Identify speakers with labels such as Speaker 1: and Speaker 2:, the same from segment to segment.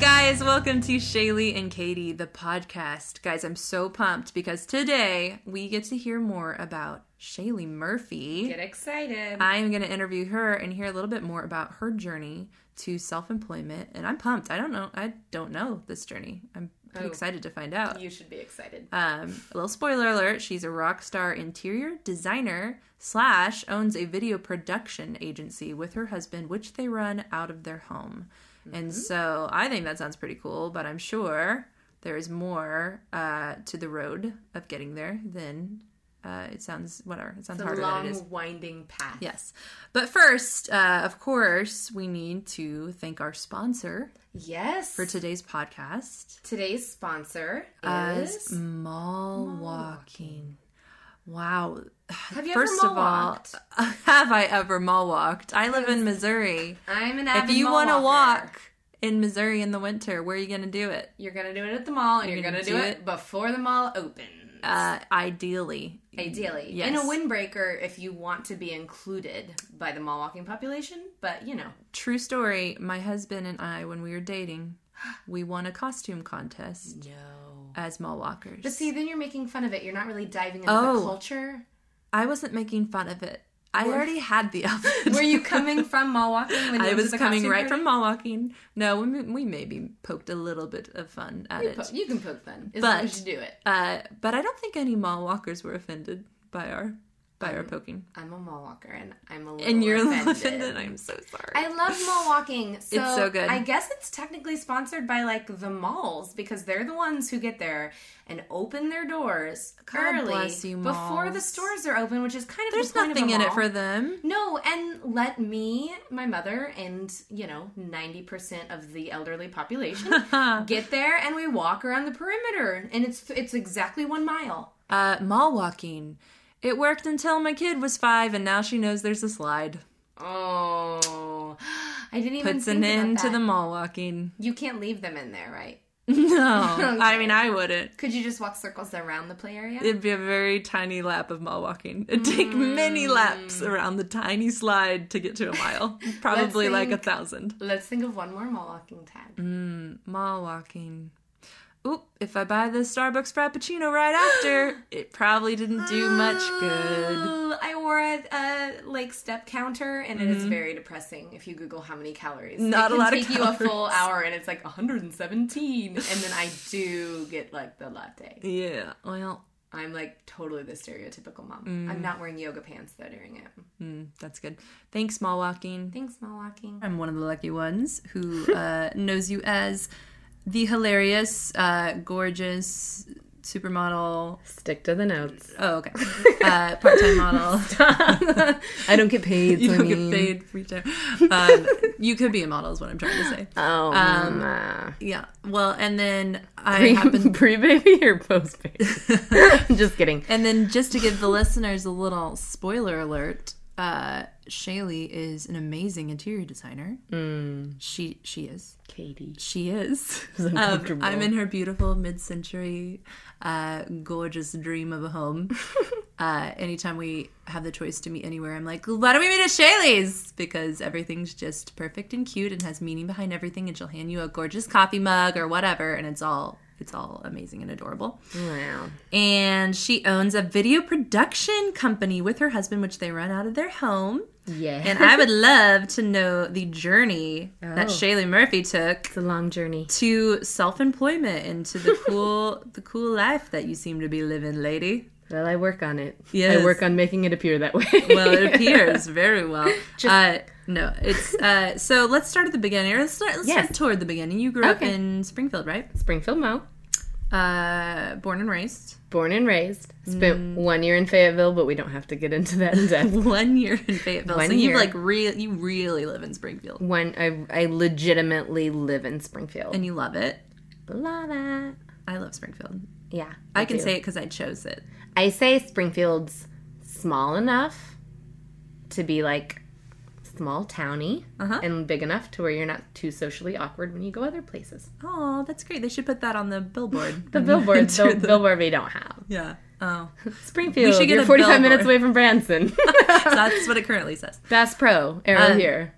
Speaker 1: guys, welcome to Shaylee and Katie, the podcast. Guys, I'm so pumped because today we get to hear more about Shaylee Murphy.
Speaker 2: Get excited.
Speaker 1: I'm going to interview her and hear a little bit more about her journey to self-employment, and I'm pumped. I don't know. I don't know this journey. I'm pretty
Speaker 2: Oh.
Speaker 1: excited to find out.
Speaker 2: you should be excited.
Speaker 1: Um, a little spoiler alert: she's a rock star interior designer slash owns a video production agency with her husband, which they run out of their home. And
Speaker 2: Mm-hmm.
Speaker 1: so I think that sounds pretty cool, but I'm sure there is more uh, to the road of getting there than uh, it sounds. Whatever, it sounds
Speaker 2: It's a
Speaker 1: harder than it is.
Speaker 2: long, winding path.
Speaker 1: Yes, but first, uh, of course, we need to thank our sponsor
Speaker 2: Yes.
Speaker 1: for today's podcast.
Speaker 2: Today's sponsor
Speaker 1: as
Speaker 2: is.
Speaker 1: mall walking. Wow.
Speaker 2: Have you
Speaker 1: First
Speaker 2: ever
Speaker 1: of all,
Speaker 2: mall-walked?
Speaker 1: have I ever mall walked? I live in Missouri.
Speaker 2: I'm an
Speaker 1: If
Speaker 2: avid
Speaker 1: you
Speaker 2: mall
Speaker 1: want to
Speaker 2: walker.
Speaker 1: walk in Missouri in the winter, where are you going to do it?
Speaker 2: you're gonna do it at the mall, and you're,
Speaker 1: gonna
Speaker 2: gonna,
Speaker 1: do
Speaker 2: do it, before the mall opens.
Speaker 1: Uh, ideally.
Speaker 2: Ideally,
Speaker 1: yes.
Speaker 2: in a windbreaker, if you want to be included by the mall walking population, but you know,
Speaker 1: True story my husband and I, when we were dating, we won a costume contest
Speaker 2: no.
Speaker 1: as mall walkers.
Speaker 2: But see, then you're making fun of it. You're not really diving into
Speaker 1: Oh.
Speaker 2: the culture.
Speaker 1: I wasn't making fun of it. I already had the outfit.
Speaker 2: Were you coming from mall walking? When you
Speaker 1: I
Speaker 2: went to
Speaker 1: was
Speaker 2: the
Speaker 1: coming
Speaker 2: costume
Speaker 1: right
Speaker 2: party?
Speaker 1: from mall walking. No, we, we maybe poked a little bit of fun at
Speaker 2: You
Speaker 1: it.
Speaker 2: po- You can poke fun as
Speaker 1: But-
Speaker 2: long as you do it.
Speaker 1: Uh, but I don't think any mall walkers were offended by our by our poking.
Speaker 2: I'm a mall walker and I'm a little
Speaker 1: And you're offended.
Speaker 2: offended.
Speaker 1: I'm so sorry.
Speaker 2: I love mall walking. So
Speaker 1: It's so good.
Speaker 2: I guess it's technically sponsored by like the malls because they're the ones who get there and open their doors
Speaker 1: God
Speaker 2: early
Speaker 1: bless you,
Speaker 2: before the
Speaker 1: malls.
Speaker 2: stores are open, which is kind of
Speaker 1: There's
Speaker 2: the point
Speaker 1: nothing
Speaker 2: of a
Speaker 1: in it
Speaker 2: mall.
Speaker 1: for them.
Speaker 2: No, and let me, my mother, and you know, ninety percent of the elderly population get there, and we walk around the perimeter, and it's it's exactly one mile.
Speaker 1: Uh, mall walking. It worked until my kid was five, and now she knows there's a slide.
Speaker 2: Oh, I didn't even
Speaker 1: Puts
Speaker 2: think
Speaker 1: an end
Speaker 2: about
Speaker 1: to
Speaker 2: that.
Speaker 1: the mall walking.
Speaker 2: You can't leave them in there, right?
Speaker 1: No, I
Speaker 2: Okay.
Speaker 1: mean I wouldn't.
Speaker 2: Could you just walk circles around the play area?
Speaker 1: It'd be a very tiny lap of mall walking. It'd take many laps around the tiny slide to get to a mile. Probably like a
Speaker 2: think-
Speaker 1: thousand.
Speaker 2: Let's think of one more mall walking tag.
Speaker 1: mall walking. Oop, if I buy this Starbucks Frappuccino right after, it probably didn't do much good.
Speaker 2: Ooh, I wore a, a like step counter, and it is very depressing if you Google how many calories.
Speaker 1: Mm-hmm. Not
Speaker 2: it
Speaker 1: a
Speaker 2: can
Speaker 1: lot of
Speaker 2: take you a full hour, and it's like 117. and then I do get like the latte.
Speaker 1: Yeah, well,
Speaker 2: I'm like totally the stereotypical mom. I'm not wearing yoga pants though during it.
Speaker 1: mm, that's good. Thanks, mall walking.
Speaker 2: Thanks, mall walking.
Speaker 1: I'm one of the lucky ones who uh, knows you as the hilarious, uh, gorgeous supermodel.
Speaker 2: Stick to the notes.
Speaker 1: Oh, okay. Uh, Part time model.
Speaker 2: I don't get paid.
Speaker 1: You don't get paid free time. Um, you could be a model, is what I'm trying to say.
Speaker 2: Oh, um,
Speaker 1: Yeah. Well, and then I happen
Speaker 2: pre baby or post baby? Just kidding.
Speaker 1: And then just to give the listeners a little spoiler alert, uh, Shaylee is an amazing interior designer. She she is.
Speaker 2: Katie.
Speaker 1: She is. Um,
Speaker 2: uncomfortable.
Speaker 1: I'm in her beautiful mid-century, uh, gorgeous dream of a home. uh, anytime we have the choice to meet anywhere, I'm like, why don't we meet at Shaylee's? Because everything's just perfect and cute and has meaning behind everything, and she'll hand you a gorgeous coffee mug or whatever, and it's all it's all amazing and adorable
Speaker 2: Wow.
Speaker 1: and she owns a video production company with her husband, which they run out of their home.
Speaker 2: Yeah.
Speaker 1: And I would love to know the journey that
Speaker 2: Oh.
Speaker 1: Shaylee Murphy took
Speaker 2: it's a long journey.
Speaker 1: to self-employment and to the cool, the cool life that you seem to be living, lady.
Speaker 2: Well, I work on it.
Speaker 1: Yes.
Speaker 2: I work on making it appear that way.
Speaker 1: Well, it appears very well. uh, no, it's uh, so. Let's start at the beginning. Or let's start. Let's start
Speaker 2: Yes.
Speaker 1: toward the beginning. You grew up
Speaker 2: Okay.
Speaker 1: in Springfield, right?
Speaker 2: Springfield Mo,
Speaker 1: Uh, born and raised.
Speaker 2: born and raised.
Speaker 1: Mm.
Speaker 2: Spent one year in Fayetteville, but we don't have to get into that in depth.
Speaker 1: One year in Fayetteville.
Speaker 2: One
Speaker 1: so you
Speaker 2: year.
Speaker 1: like real. You really live in Springfield,
Speaker 2: One, I, I legitimately live in Springfield.
Speaker 1: and you love it.
Speaker 2: Love it.
Speaker 1: I love Springfield.
Speaker 2: Yeah,
Speaker 1: I, can
Speaker 2: do.
Speaker 1: say it because I chose it.
Speaker 2: I say Springfield's small enough to be like small towny
Speaker 1: Uh-huh.
Speaker 2: and big enough to where you're not too socially awkward when you go other places.
Speaker 1: Oh, that's great. They should put that on the billboard.
Speaker 2: The billboard, the, billboard we don't have.
Speaker 1: yeah. Oh,
Speaker 2: Springfield,
Speaker 1: should get
Speaker 2: you're
Speaker 1: a
Speaker 2: 45
Speaker 1: billboard.
Speaker 2: minutes away from Branson.
Speaker 1: so that's what it currently says.
Speaker 2: Bass Pro, arrow
Speaker 1: Um,
Speaker 2: here.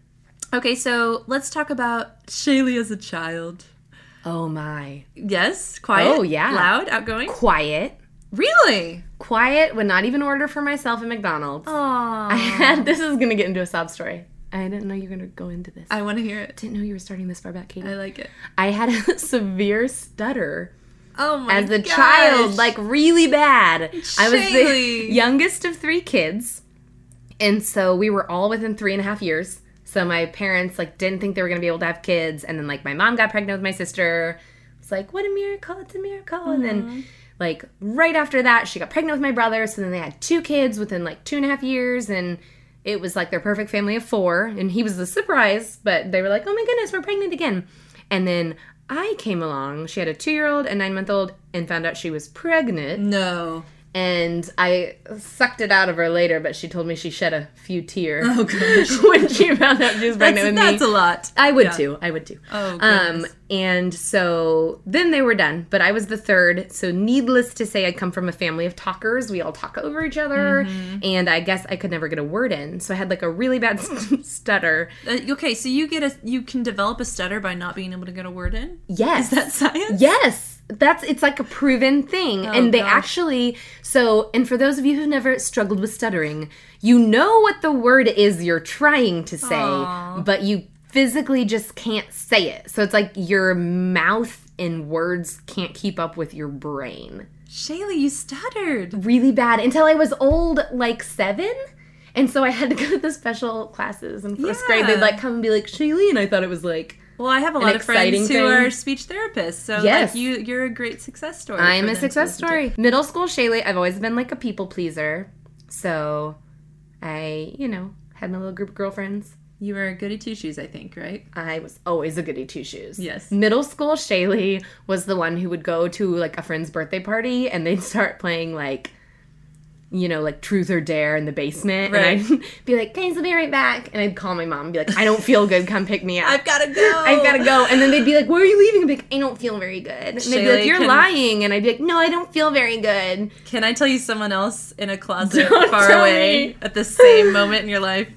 Speaker 1: Okay, so let's talk about Shaylee as a child.
Speaker 2: Oh my.
Speaker 1: Yes, quiet.
Speaker 2: Oh, yeah.
Speaker 1: loud, outgoing.
Speaker 2: Quiet.
Speaker 1: Really?
Speaker 2: Quiet would not even order for myself at McDonald's. I
Speaker 1: Aww.
Speaker 2: had this is gonna get into a sob story. I didn't know you were gonna go into this. I
Speaker 1: I want to hear it.
Speaker 2: didn't know you were starting this far back, Katie.
Speaker 1: I like it.
Speaker 2: I had a severe stutter
Speaker 1: Oh my
Speaker 2: as a
Speaker 1: gosh.
Speaker 2: child, like really bad. I was
Speaker 1: Shaylee.
Speaker 2: the youngest of three kids, and so we were all within three and a half years. So my parents like didn't think they were gonna be able to have kids, and then like my mom got pregnant with my sister. It's like what a miracle! It's a miracle, and
Speaker 1: Mm-hmm.
Speaker 2: then. Like right after that, she got pregnant with my brother. So then they had two kids within like two and a half years, and it was like their perfect family of four. And he was the surprise, but they were like, "Oh my goodness, we're pregnant again!" And then I came along. She had a two year old and nine month old and found out she was pregnant.
Speaker 1: no.
Speaker 2: And I sucked it out of her later, but she told me she shed a few tears
Speaker 1: Oh gosh.
Speaker 2: when she found out she was
Speaker 1: That's,
Speaker 2: pregnant with
Speaker 1: that's
Speaker 2: me.
Speaker 1: a lot.
Speaker 2: I would
Speaker 1: yeah.
Speaker 2: too. I would too.
Speaker 1: Oh,
Speaker 2: Um,
Speaker 1: goodness.
Speaker 2: and so then they were done, but I was the third. So, needless to say, I come from a family of talkers. We all talk over each other,
Speaker 1: Mm-hmm.
Speaker 2: and I guess I could never get a word in. So, I had like a really bad stutter.
Speaker 1: Uh, okay, so you get a you can develop a stutter by not being able to get a word in.
Speaker 2: Yes.
Speaker 1: Is that science?
Speaker 2: Yes. That's it's like a proven thing. and they
Speaker 1: Oh, gosh.
Speaker 2: actually so and for those of you who've never struggled with stuttering, you know what the word is you're trying to say,
Speaker 1: Aw.
Speaker 2: but you physically just can't say it. So it's like your mouth and words can't keep up with your brain.
Speaker 1: Shaylee, you stuttered.
Speaker 2: Really bad until I was old like 7. And so I had to go to the special classes in first grade. They'd
Speaker 1: Yeah.
Speaker 2: like come and be like, Shailene, I thought it was like
Speaker 1: Well, I have a lot of
Speaker 2: exciting
Speaker 1: friends who
Speaker 2: thing.
Speaker 1: are speech therapists, so
Speaker 2: Yes.
Speaker 1: like you you're a great success story.
Speaker 2: I'm
Speaker 1: for them
Speaker 2: a
Speaker 1: to
Speaker 2: success
Speaker 1: listen to.
Speaker 2: story. Middle school Shaylee, I've always been like a people pleaser. So I, you know, had my little group of girlfriends.
Speaker 1: You were a goody two shoes, I think, right?
Speaker 2: I was always a goody two shoes.
Speaker 1: Yes.
Speaker 2: Middle school Shaylee was the one who would go to like a friend's birthday party and they'd start playing like, you know, like truth or dare in the basement.
Speaker 1: Right.
Speaker 2: And I'd be like, guys, I'll be right back. And I'd call my mom and be like, I don't feel good. Come pick me up.
Speaker 1: I've got to go.
Speaker 2: I've got to go. And then they'd be like, Where are you leaving? I'd be like, I don't feel very good. And they'd be
Speaker 1: Shaylee
Speaker 2: like, You're
Speaker 1: can-
Speaker 2: lying. And I'd be like, No, I don't feel very good.
Speaker 1: Can I tell you someone else in a closet
Speaker 2: Don't
Speaker 1: far
Speaker 2: tell
Speaker 1: away
Speaker 2: me.
Speaker 1: at the same moment in your life?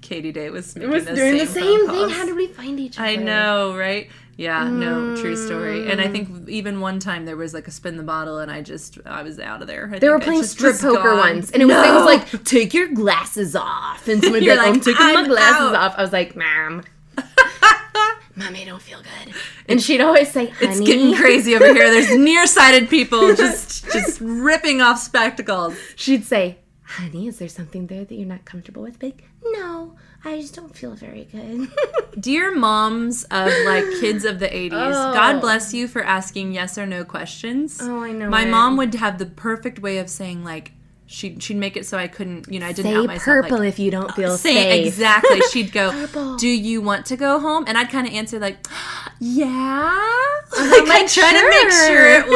Speaker 1: Katie Day was making
Speaker 2: was
Speaker 1: those
Speaker 2: doing the
Speaker 1: same
Speaker 2: same
Speaker 1: phone
Speaker 2: thing.
Speaker 1: calls.
Speaker 2: How did we find each other?
Speaker 1: I know, right? Yeah, no, true story. And I
Speaker 2: Mm.
Speaker 1: think even one time there was like a spin the bottle, and I just I was out of there. I
Speaker 2: They were playing strip poker once, and it was things like "take your glasses off," and somebody
Speaker 1: You're
Speaker 2: like, "Oh, "I'm
Speaker 1: like,
Speaker 2: taking my
Speaker 1: "I'm
Speaker 2: glasses
Speaker 1: out."
Speaker 2: off." I was like, "Mom, mom, I don't feel good," and she'd always say, "Honey,
Speaker 1: It's getting crazy over here. There's nearsighted people just just ripping off spectacles.
Speaker 2: She'd say, "Honey, is there something there that you're not comfortable with?" Be like, "No, I just don't feel very good."
Speaker 1: Dear moms of like kids of the 80s,
Speaker 2: Oh.
Speaker 1: God bless you for asking yes or no questions.
Speaker 2: Oh, I know
Speaker 1: My
Speaker 2: it.
Speaker 1: mom would have the perfect way of saying like she she'd make it so I couldn't, you know, I didn't
Speaker 2: say
Speaker 1: out myself.
Speaker 2: purple
Speaker 1: like,
Speaker 2: if you don't feel
Speaker 1: say
Speaker 2: safe.
Speaker 1: exactly. She'd go,
Speaker 2: Purple.
Speaker 1: "Do you want to go home?" And I'd kind of answer like,
Speaker 2: Yeah.
Speaker 1: like I try to make sure it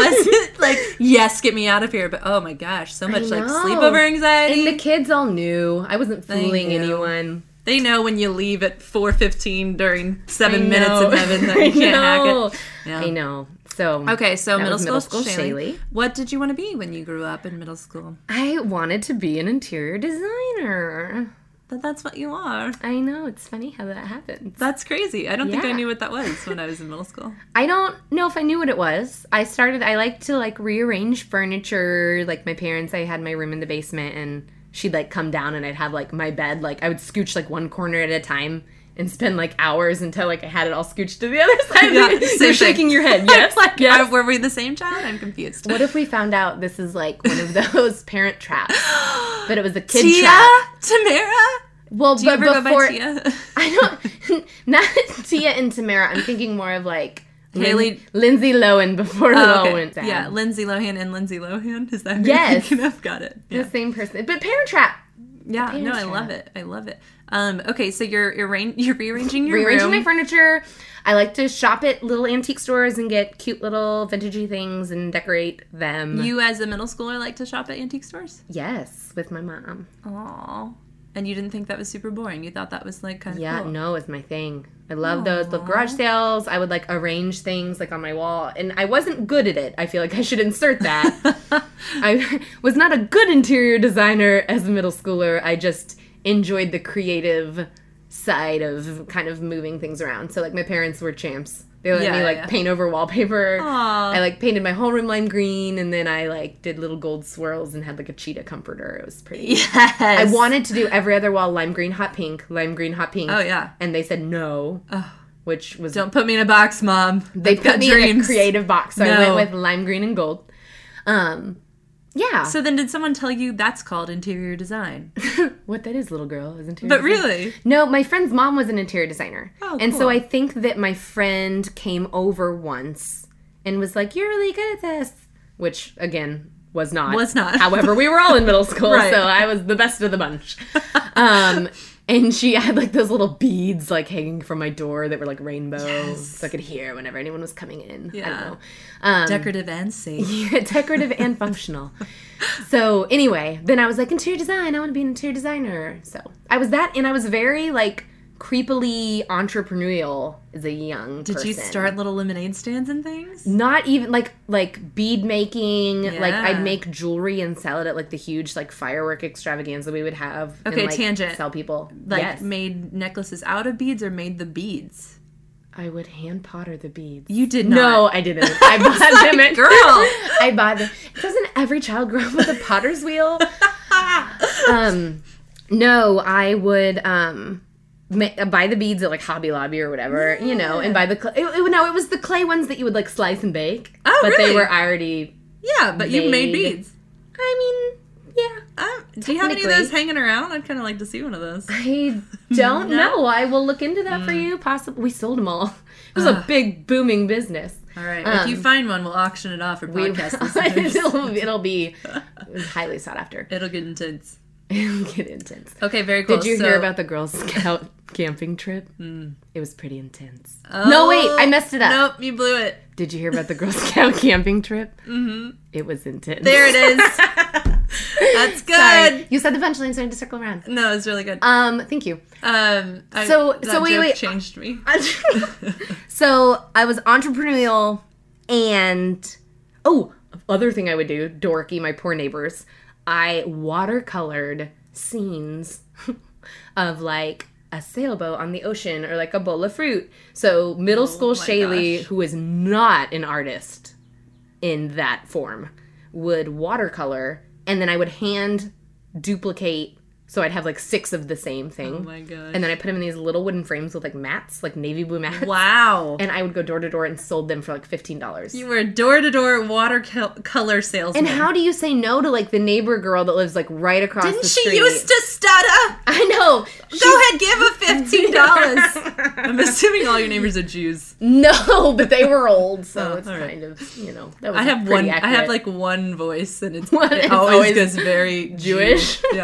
Speaker 1: wasn't like, "Yes, get me out of here." But oh my gosh, so much like
Speaker 2: know.
Speaker 1: sleepover anxiety.
Speaker 2: And the kids all knew. I wasn't
Speaker 1: They
Speaker 2: fooling
Speaker 1: knew.
Speaker 2: anyone.
Speaker 1: They know when you leave at 4:15 during
Speaker 2: I
Speaker 1: 7 minutes of
Speaker 2: know.
Speaker 1: heaven that you
Speaker 2: I
Speaker 1: can't
Speaker 2: know.
Speaker 1: hack it. Yeah.
Speaker 2: I know. So
Speaker 1: Okay, so
Speaker 2: That
Speaker 1: middle
Speaker 2: was
Speaker 1: school,
Speaker 2: middle school
Speaker 1: Shaylee.
Speaker 2: Shaylee.
Speaker 1: What did you want to be when you grew up in middle school?
Speaker 2: I wanted to be an interior designer.
Speaker 1: That that's what you are.
Speaker 2: I know it's funny how that happens.
Speaker 1: That's crazy. I don't think I
Speaker 2: Yeah.
Speaker 1: knew what that was when I was in middle school.
Speaker 2: I don't know if I knew what it was. I started. I like to like rearrange furniture. Like my parents, I had my room in the basement, and she'd like come down, and I'd have like my bed. Like I would scooch like one corner at a time. And spend like hours until like I had it all scooched to the other side.
Speaker 1: Yeah,
Speaker 2: You're
Speaker 1: same thing.
Speaker 2: shaking your head. Yes,
Speaker 1: like,
Speaker 2: yes.
Speaker 1: I- were we the same child? I'm confused.
Speaker 2: What if we found out this is like one of those parent traps? But it was a kid
Speaker 1: Tia,
Speaker 2: trap.
Speaker 1: Tamara.
Speaker 2: Well,
Speaker 1: Do you
Speaker 2: but
Speaker 1: ever
Speaker 2: before
Speaker 1: go by Tia?
Speaker 2: I don't not Tia and Tamara. I'm thinking more of like Lin-
Speaker 1: Haley-
Speaker 2: Lindsay Lohan before
Speaker 1: Oh,
Speaker 2: Lohan
Speaker 1: okay.
Speaker 2: went down.
Speaker 1: Yeah, Lindsay Lohan and Lindsay Lohan. Is that who
Speaker 2: Yes.
Speaker 1: you're thinking of? Got it. Yeah.
Speaker 2: the same person. But Parent Trap
Speaker 1: Yeah, no, I
Speaker 2: parents
Speaker 1: love it. I love it. Um, okay, so you're arran- you're rearranging your
Speaker 2: rearranging my
Speaker 1: room.
Speaker 2: furniture. I like to shop at little antique stores and get cute little vintagey things and decorate them.
Speaker 1: you as a middle schooler like to shop at antique stores.
Speaker 2: yes, with my mom.
Speaker 1: Aww. And you didn't think that was super boring. You thought that was like kind of
Speaker 2: Yeah,
Speaker 1: cool.
Speaker 2: no, it's my thing. I love those. Love garage sales. I would like arrange things like on my wall, and I wasn't good at it. I feel like I should insert that. I was not a good interior designer as a middle schooler. I just enjoyed the creative side of kind of moving things around. So like my parents were champs. They let
Speaker 1: Yeah,
Speaker 2: me
Speaker 1: yeah,
Speaker 2: like
Speaker 1: yeah.
Speaker 2: paint over wallpaper.
Speaker 1: Aw.
Speaker 2: I like painted my whole room lime green, and then I like did little gold swirls and had like a cheetah comforter. It was pretty.
Speaker 1: Yes.
Speaker 2: I wanted to do every other wall lime green, hot pink, lime green, hot pink.
Speaker 1: Oh yeah.
Speaker 2: And they said no, which was
Speaker 1: Don't put me in a box, mom.
Speaker 2: they
Speaker 1: I've got
Speaker 2: put me in a
Speaker 1: dreams.
Speaker 2: creative box. So I
Speaker 1: No.
Speaker 2: went with lime green and gold. Um, yeah.
Speaker 1: So then, did someone tell you that's called interior design?
Speaker 2: what that is, little girl, isn't it?
Speaker 1: But really,
Speaker 2: No, my friend's mom was an interior designer.
Speaker 1: Oh,
Speaker 2: and so
Speaker 1: cool.
Speaker 2: I think that my friend came over once and was like, You're really good at this. Which, again, was not.
Speaker 1: Was not.
Speaker 2: However, we were all in middle school,
Speaker 1: Right.
Speaker 2: so I was the best of the bunch. Um, and she had like those little beads like hanging from my door that were like rainbow. So I could hear whenever anyone was coming in. I
Speaker 1: Yeah.
Speaker 2: don't know. Um,
Speaker 1: decorative and safe.
Speaker 2: yeah, decorative and functional. So anyway, then I was like interior design. I want to be an interior designer. So I was that, and I was very like creepily entrepreneurial as a young.
Speaker 1: Did you
Speaker 2: person.
Speaker 1: start little lemonade stands and things?
Speaker 2: Not even like like bead making. Like
Speaker 1: Yeah.
Speaker 2: I'd make jewelry and sell it at like the huge like firework extravaganza we would have. and,
Speaker 1: Okay,
Speaker 2: like,
Speaker 1: tangent.
Speaker 2: Sell people
Speaker 1: Like
Speaker 2: yes.
Speaker 1: made necklaces out of beads or made the beads?
Speaker 2: I would hand potter the beads.
Speaker 1: You did not.
Speaker 2: No, I didn't. I bought them at
Speaker 1: girl.
Speaker 2: I bought them. Doesn't every child grow up with a potter's wheel? um, no, I would um ma- buy the beads at like Hobby Lobby or whatever, you know, and buy the cl- it, it- no, it was the clay ones that you would like slice and bake.
Speaker 1: Oh,
Speaker 2: but they
Speaker 1: really?
Speaker 2: were already.
Speaker 1: Yeah, but you made
Speaker 2: Made.
Speaker 1: beads.
Speaker 2: I mean, yeah.
Speaker 1: Um, do you have any of
Speaker 2: Technically.
Speaker 1: those hanging around? I'd kind of like to see one of those.
Speaker 2: I don't
Speaker 1: No? Mm.
Speaker 2: know. I will look into that for you. Possibly, we sold them all. It was a
Speaker 1: Ugh.
Speaker 2: big booming business.
Speaker 1: All right. if
Speaker 2: Um,
Speaker 1: you find one, we'll auction it off for
Speaker 2: We-
Speaker 1: podcast listeners.
Speaker 2: it'll, it'll be highly sought after.
Speaker 1: It'll get intense.
Speaker 2: It'll get intense.
Speaker 1: Okay, very cool.
Speaker 2: Did you
Speaker 1: So-
Speaker 2: hear
Speaker 1: Mm.
Speaker 2: about the Girl Scout camping trip? It was pretty intense.
Speaker 1: Oh,
Speaker 2: no, wait, I messed it up.
Speaker 1: Nope, you blew it.
Speaker 2: Did you hear about the Girl Scout camping trip? Mm-hmm. It was intense.
Speaker 1: There it is. That's good.
Speaker 2: Sorry. You said the punchline, so I had to circle around.
Speaker 1: No, it's really good.
Speaker 2: Um, thank you.
Speaker 1: Um, I,
Speaker 2: So-
Speaker 1: that
Speaker 2: so wait,
Speaker 1: joke
Speaker 2: wait.
Speaker 1: changed me.
Speaker 2: so I was entrepreneurial and oh, other thing I would do, dorky, my poor neighbors. I watercolored scenes of like a sailboat on the ocean or like a bowl of fruit. So middle school
Speaker 1: Oh my
Speaker 2: Shaylee,
Speaker 1: gosh.
Speaker 2: who is not an artist in that form, would watercolor and then I would hand duplicate so I'd have like six of the same thing.
Speaker 1: Oh my god.
Speaker 2: And then I put them in these little wooden frames with like mats, like navy blue mats.
Speaker 1: wow.
Speaker 2: And I would go door to door and sold them for like fifteen dollars.
Speaker 1: you were a door-to-door watercolor salesman.
Speaker 2: And how do you say no to like the neighbor girl that lives like right across
Speaker 1: Didn't
Speaker 2: the
Speaker 1: she
Speaker 2: street?
Speaker 1: used to stutter?
Speaker 2: I know.
Speaker 1: Go ahead, give her fifteen dollars. I'm assuming all your neighbors are Jews.
Speaker 2: no, but they were old, so
Speaker 1: Oh,
Speaker 2: it's
Speaker 1: all right.
Speaker 2: kind of you know. That was
Speaker 1: I have
Speaker 2: pretty
Speaker 1: one. I have like
Speaker 2: accurate.
Speaker 1: one voice, and it's,
Speaker 2: One-
Speaker 1: it
Speaker 2: it's
Speaker 1: always,
Speaker 2: always
Speaker 1: goes very
Speaker 2: Jewish.
Speaker 1: Jew.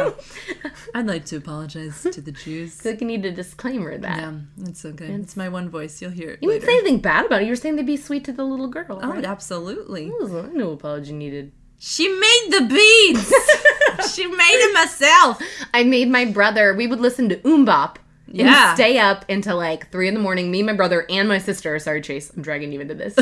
Speaker 1: Yeah. I'd like to apologize to the Jews.
Speaker 2: So you need a disclaimer that
Speaker 1: Yeah, it's okay. It's my one voice. You'll hear it.
Speaker 2: you didn't
Speaker 1: later.
Speaker 2: say anything bad about it. You were saying they'd be sweet to the little girl.
Speaker 1: Oh,
Speaker 2: right?
Speaker 1: absolutely.
Speaker 2: Ooh, no apology needed.
Speaker 1: She made the beads. she made it herself.
Speaker 2: I made my brother. We would listen to Oombop.
Speaker 1: Yeah.
Speaker 2: And stay up until like three in the morning. Me, my brother, and my sister. Sorry, Chase, I'm dragging you into this.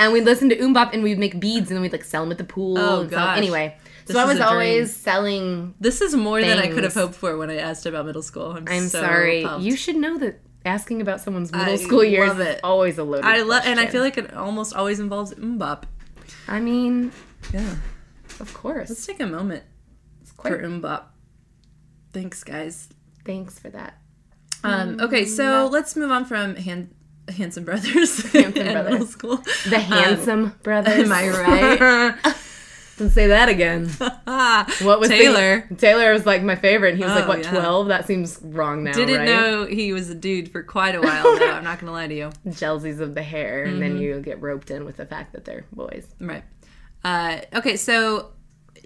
Speaker 2: and we'd listen to Oombop, and we'd make beads, and then we'd like sell them at the pool.
Speaker 1: Oh,
Speaker 2: and sell-
Speaker 1: gosh.
Speaker 2: anyway,
Speaker 1: This
Speaker 2: so I
Speaker 1: is
Speaker 2: was
Speaker 1: a dream.
Speaker 2: always selling.
Speaker 1: This is more than I could have
Speaker 2: Things.
Speaker 1: hoped for when I asked about middle school. I'm,
Speaker 2: I'm
Speaker 1: so
Speaker 2: sorry,
Speaker 1: pumped.
Speaker 2: you should know that asking about someone's middle
Speaker 1: I
Speaker 2: school years
Speaker 1: love
Speaker 2: is
Speaker 1: it.
Speaker 2: always a loaded.
Speaker 1: I love, and I
Speaker 2: question.
Speaker 1: feel like it almost always involves umbop.
Speaker 2: I mean,
Speaker 1: Yeah.
Speaker 2: of course.
Speaker 1: Let's take a moment
Speaker 2: It's
Speaker 1: for
Speaker 2: quite,
Speaker 1: umbop. Thanks, guys.
Speaker 2: thanks for that. Mm,
Speaker 1: Um, okay, so let's move on from Han- Handsome Brothers
Speaker 2: Handsome
Speaker 1: and
Speaker 2: Brothers.
Speaker 1: middle school.
Speaker 2: The handsome brothers.
Speaker 1: am I right?
Speaker 2: Let's say that again. What was the-
Speaker 1: Taylor?
Speaker 2: Taylor was like my favorite. and He was like,
Speaker 1: Oh,
Speaker 2: what,
Speaker 1: yeah.
Speaker 2: 12? That seems wrong now,
Speaker 1: Didn't
Speaker 2: right?
Speaker 1: know he was a dude for quite a while. though. I'm not gonna lie to you.
Speaker 2: Jelsies of the hair, and
Speaker 1: Mm-hmm.
Speaker 2: then you get roped in with the fact that they're boys.
Speaker 1: Right. Uh, okay, so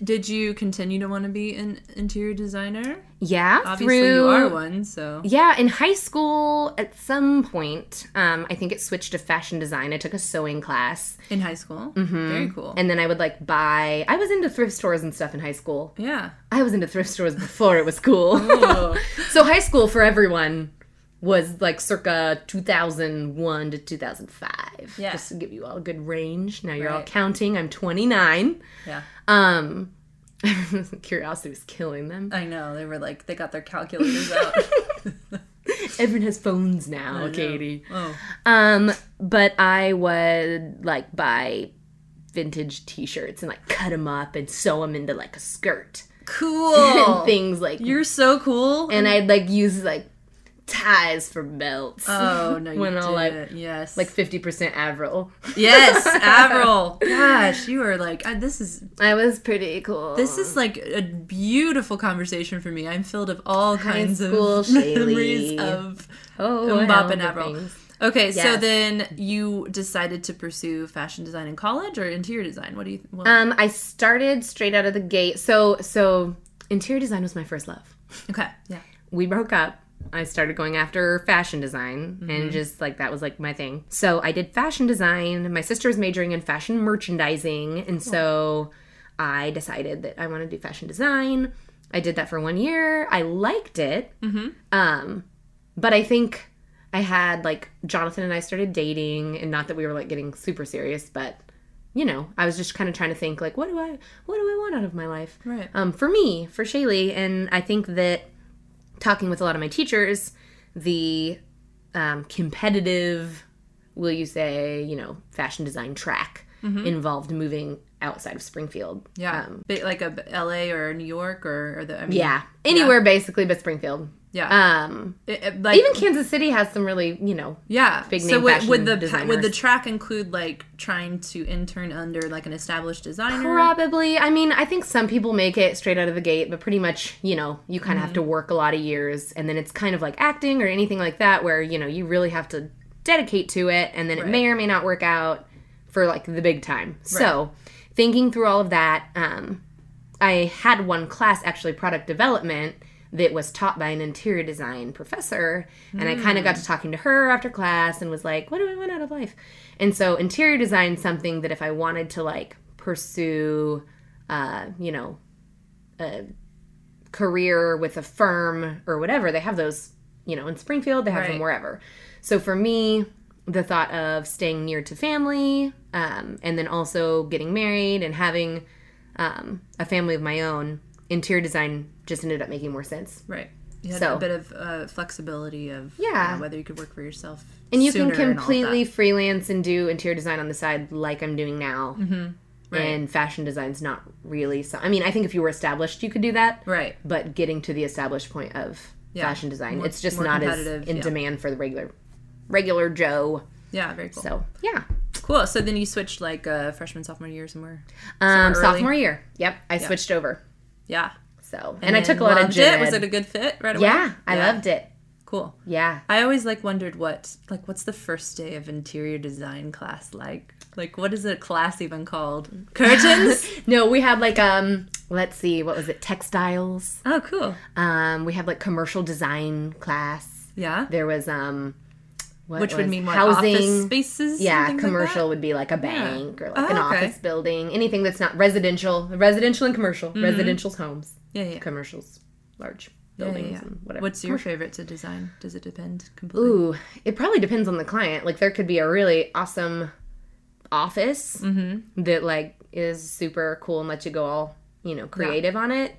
Speaker 1: did you continue to want to be an interior designer?
Speaker 2: Yeah,
Speaker 1: Obviously, you are one, so.
Speaker 2: Yeah, in high school, at some point, um, I think it switched to fashion design. I took a sewing class,
Speaker 1: In high school. Very cool.
Speaker 2: Mm-hmm. and then I would like buy. I was into thrift stores and stuff in high school.
Speaker 1: yeah.
Speaker 2: I was into thrift stores before it was cool.
Speaker 1: Oh.
Speaker 2: so high school for everyone was like circa 2001 to 2005.
Speaker 1: Yeah.
Speaker 2: Just to give you all a good range. Now you're all
Speaker 1: Right.
Speaker 2: counting. I'm 29.
Speaker 1: Yeah.
Speaker 2: Um, curiosity was killing them.
Speaker 1: I know. They were like, they got their calculators out.
Speaker 2: Everyone has phones now,
Speaker 1: know.
Speaker 2: Katie.
Speaker 1: Oh.
Speaker 2: Um, but I would like buy vintage T-shirts and like cut them up and sew them into like a skirt
Speaker 1: Cool.
Speaker 2: and things like.
Speaker 1: You're so cool.
Speaker 2: and I'd like use like ties for belts.
Speaker 1: oh no, you
Speaker 2: When
Speaker 1: did
Speaker 2: all, like-
Speaker 1: it. yes,
Speaker 2: like 50% Avril.
Speaker 1: yes, Avril. Gosh, you are like I, this is
Speaker 2: I was pretty cool.
Speaker 1: this is like a beautiful conversation for me. I'm filled of all kinds
Speaker 2: school
Speaker 1: of
Speaker 2: Shaylee.
Speaker 1: memories of.
Speaker 2: oh,
Speaker 1: Mbop
Speaker 2: I have
Speaker 1: and
Speaker 2: the
Speaker 1: Avril.
Speaker 2: things.
Speaker 1: Okay, so
Speaker 2: Yes.
Speaker 1: then you decided to pursue fashion design in college or interior design? What do you? Well,
Speaker 2: Um, I started straight out of the gate. So, so interior design was my first love.
Speaker 1: okay, yeah,
Speaker 2: We broke up. I started going after fashion design and just like that was like my thing. So I did fashion design. My sister was majoring in fashion merchandising. And so I decided that I want to do fashion design. I did that for one year. I liked it. Um, but I think I had like Jonathan and I started dating, and not that we were like getting super serious, but you know, I was just kind of trying to think like, what do I, what do I want out of my life?
Speaker 1: Right.
Speaker 2: Um, for me, for Shaylee, and I think that talking with a lot of my teachers, the um, competitive, will you say, you know, fashion design track involved moving outside of Springfield.
Speaker 1: yeah,
Speaker 2: Um,
Speaker 1: Big- like a b- L.A. or New York or, or the I mean,
Speaker 2: yeah. Anywhere basically, but Springfield.
Speaker 1: yeah,
Speaker 2: Um,
Speaker 1: It- it- like
Speaker 2: even Kansas City has some really, you know,
Speaker 1: yeah.
Speaker 2: big
Speaker 1: so
Speaker 2: name
Speaker 1: would, would the
Speaker 2: fashion
Speaker 1: pa- would the
Speaker 2: designers.
Speaker 1: track include like trying to intern under like an established designer?
Speaker 2: Probably. I mean, I think some people make it straight out of the gate, but pretty much, you know, you kind of have to work a lot of years. And then it's kind of like acting or anything like that, where, you know, you really have to dedicate to it. And then it may or may not work out for like the big time. So, thinking through all of that, um, I had one class, actually, product development, that was taught by an interior design professor. And I kind of got to talking to her after class and was like, what do I want out of life? And so, interior design is something that if I wanted to like pursue, uh, you know, a career with a firm or whatever, they have those, you know, in Springfield, they have
Speaker 1: Right.
Speaker 2: them wherever. So, for me, the thought of staying near to family um, and then also getting married and having um, a family of my own, interior design just ended up making more sense.
Speaker 1: Right. You had
Speaker 2: So-
Speaker 1: a bit of uh, flexibility of
Speaker 2: Yeah.
Speaker 1: you know, whether you could work for yourself.
Speaker 2: And you
Speaker 1: sooner all
Speaker 2: can
Speaker 1: of
Speaker 2: completely
Speaker 1: that.
Speaker 2: freelance and do interior design on the side like I'm doing now.
Speaker 1: Mm-hmm. Right.
Speaker 2: And fashion design's not really so. I mean, I think if you were established, you could do that.
Speaker 1: right.
Speaker 2: But getting to the established point of
Speaker 1: Yeah.
Speaker 2: fashion design,
Speaker 1: More-
Speaker 2: it's just
Speaker 1: more
Speaker 2: not as
Speaker 1: competitive,
Speaker 2: in
Speaker 1: yeah.
Speaker 2: demand for the regular, regular Joe.
Speaker 1: Yeah, very cool.
Speaker 2: So yeah,
Speaker 1: Cool. So then you switched like uh, freshman, sophomore year somewhere.
Speaker 2: um,
Speaker 1: early.
Speaker 2: sophomore year. Yep, I switched over.
Speaker 1: Yeah.
Speaker 2: So and, I took a lot of
Speaker 1: loved
Speaker 2: gym
Speaker 1: it. Was
Speaker 2: ed.
Speaker 1: it a good fit right away?
Speaker 2: yeah, I loved it.
Speaker 1: Cool.
Speaker 2: Yeah,
Speaker 1: I always like wondered what like what's the first day of interior design class like? Like what is a class even called? Curtains?
Speaker 2: no, we had like um, let's see, what was it? Textiles.
Speaker 1: oh, cool.
Speaker 2: Um, we have like commercial design class.
Speaker 1: Yeah.
Speaker 2: There was um, what
Speaker 1: Which would
Speaker 2: was-
Speaker 1: mean what office spaces? and
Speaker 2: Yeah,
Speaker 1: things like that?
Speaker 2: commercial would be like a bank or like
Speaker 1: Oh,
Speaker 2: an
Speaker 1: okay.
Speaker 2: office building, anything that's not residential. Residential and commercial. Residential's homes,
Speaker 1: Mm-hmm. yeah, yeah.
Speaker 2: commercials large
Speaker 1: Yeah, yeah,
Speaker 2: buildings
Speaker 1: yeah.
Speaker 2: and whatever.
Speaker 1: What's your favorite to design? Does it depend completely?
Speaker 2: Ooh, it probably depends on the client. Like there could be a really awesome office
Speaker 1: Mm-hmm.
Speaker 2: that like is super cool and lets you go all, you know, creative on it.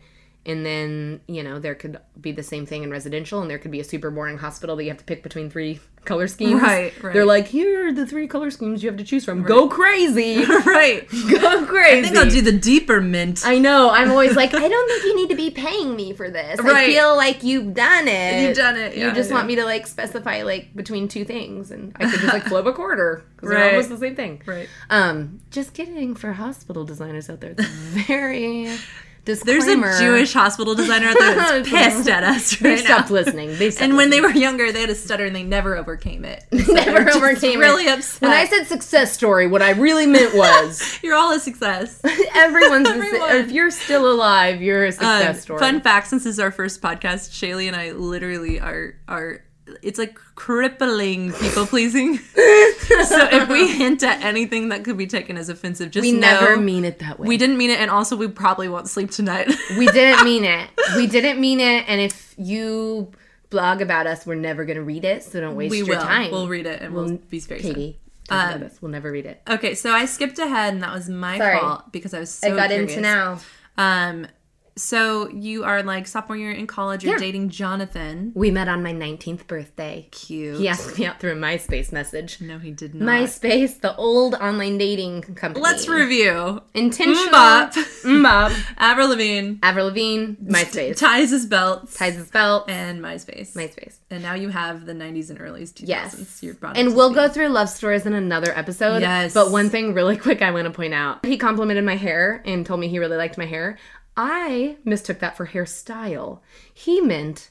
Speaker 2: And then, you know, there could be the same thing in residential and there could be a super boring hospital that you have to pick between three color schemes.
Speaker 1: Right, right.
Speaker 2: They're like, here are the three color schemes you have to choose from. Go crazy.
Speaker 1: right.
Speaker 2: go crazy.
Speaker 1: I think I'll do the deeper mint.
Speaker 2: I know. I'm always like, I don't think you need to be paying me for this. I
Speaker 1: Right.
Speaker 2: feel like you've done it.
Speaker 1: You've done it, yeah,
Speaker 2: you just
Speaker 1: yeah.
Speaker 2: want me to like specify like between two things, and I could just like flub a quarter because they're
Speaker 1: Right.
Speaker 2: almost the same thing.
Speaker 1: right.
Speaker 2: Um, just kidding for hospital designers out there. It's very
Speaker 1: There's
Speaker 2: disclaimer.
Speaker 1: a Jewish hospital designer out there that's pissed at us
Speaker 2: They
Speaker 1: right
Speaker 2: stopped
Speaker 1: now.
Speaker 2: listening. They stopped
Speaker 1: And when they were younger, they had a stutter and they never overcame it.
Speaker 2: listening. never
Speaker 1: just
Speaker 2: overcame
Speaker 1: really
Speaker 2: it.
Speaker 1: upset.
Speaker 2: When I said success story, what I really meant was
Speaker 1: You're all a success.
Speaker 2: everyone's.
Speaker 1: Everyone.
Speaker 2: If you're still alive, you're a
Speaker 1: Um,
Speaker 2: success story.
Speaker 1: fun fact: Since this is our first podcast, Shaylee and I literally are are. It's like crippling people pleasing. so if we hint at anything that could be taken as offensive, just
Speaker 2: We
Speaker 1: know
Speaker 2: never mean it that way.
Speaker 1: we didn't mean it, and also we probably won't sleep tonight.
Speaker 2: We didn't mean it. We didn't mean it. And if you blog about us, we're never going to read it. So don't waste
Speaker 1: we
Speaker 2: your
Speaker 1: will.
Speaker 2: time.
Speaker 1: We'll read it, Uh, and we'll, be very sad.
Speaker 2: Katie, talk about us. We'll never read it.
Speaker 1: Okay, so I skipped ahead, and that was my
Speaker 2: Sorry.
Speaker 1: fault because I was so
Speaker 2: I got
Speaker 1: curious.
Speaker 2: into now.
Speaker 1: Um, So you are like sophomore year in college. You're
Speaker 2: Yeah.
Speaker 1: dating Jonathan.
Speaker 2: We met on my 19th birthday.
Speaker 1: Cute.
Speaker 2: He asked me out through a MySpace message.
Speaker 1: No, he did not.
Speaker 2: MySpace, the old online dating company.
Speaker 1: Let's review.
Speaker 2: Intentional.
Speaker 1: Mbop.
Speaker 2: Mbop.
Speaker 1: Avril Lavigne
Speaker 2: Avril Lavigne, MySpace.
Speaker 1: ties his belts
Speaker 2: Ties his belt,
Speaker 1: and MySpace.
Speaker 2: MySpace.
Speaker 1: And now you have the 90s and early 2000s.
Speaker 2: Yes.
Speaker 1: You're brought up
Speaker 2: And
Speaker 1: to
Speaker 2: we'll
Speaker 1: speed.
Speaker 2: go through love stories in another episode.
Speaker 1: Yes.
Speaker 2: But one thing really quick I want to point out. He complimented my hair and told me he really liked my hair. I mistook that for hairstyle. He meant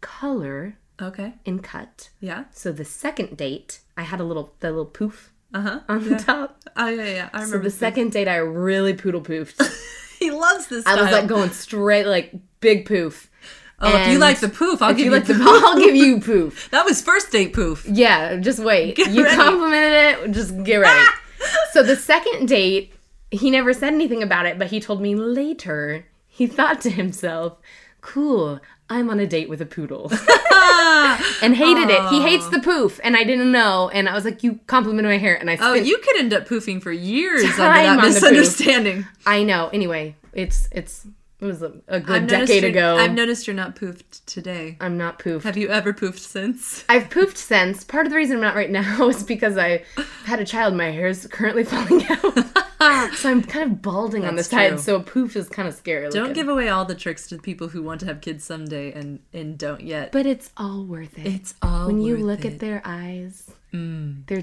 Speaker 2: color
Speaker 1: Okay.
Speaker 2: and cut.
Speaker 1: Yeah.
Speaker 2: So the second date, I had a little the little poof
Speaker 1: Uh huh.
Speaker 2: on the top.
Speaker 1: Oh yeah, yeah. I
Speaker 2: So
Speaker 1: remember.
Speaker 2: the second date I really poodle poofed.
Speaker 1: he loves this.
Speaker 2: I
Speaker 1: Style.
Speaker 2: was like going straight like big poof.
Speaker 1: oh, if you
Speaker 2: and
Speaker 1: like the poof, I'll
Speaker 2: If
Speaker 1: give
Speaker 2: you
Speaker 1: you,
Speaker 2: like the
Speaker 1: poof.
Speaker 2: I'll give you poof.
Speaker 1: That was first date poof.
Speaker 2: Yeah, just wait.
Speaker 1: Get
Speaker 2: you
Speaker 1: ready. Ah!
Speaker 2: complimented it, just get ready. so the second date, he never said anything about it, but he told me later he thought to himself, cool, I'm on a date with a poodle. and hated it. He hates the poof, and I didn't know. And I was like, you complimented my hair, and I
Speaker 1: Oh,
Speaker 2: spent-
Speaker 1: you could end up poofing for years under
Speaker 2: Time
Speaker 1: that
Speaker 2: on the poof.
Speaker 1: misunderstanding.
Speaker 2: I know. Anyway, it's it's it was a, a good
Speaker 1: noticed
Speaker 2: decade
Speaker 1: you're-
Speaker 2: ago.
Speaker 1: I've noticed you're not poofed today.
Speaker 2: I'm not poofed.
Speaker 1: Have you ever poofed since?
Speaker 2: I've poofed since. Part of the reason I'm not right now is because I had a child. My hair's currently falling out. so I'm kind of balding on the
Speaker 1: That's true.
Speaker 2: side. So a poof is kind of scary.
Speaker 1: Don't
Speaker 2: looking.
Speaker 1: give away all the tricks to people who want to have kids someday and and don't yet.
Speaker 2: But it's all worth it.
Speaker 1: it's all
Speaker 2: when you
Speaker 1: worth
Speaker 2: look
Speaker 1: it. Mm.
Speaker 2: at their eyes, their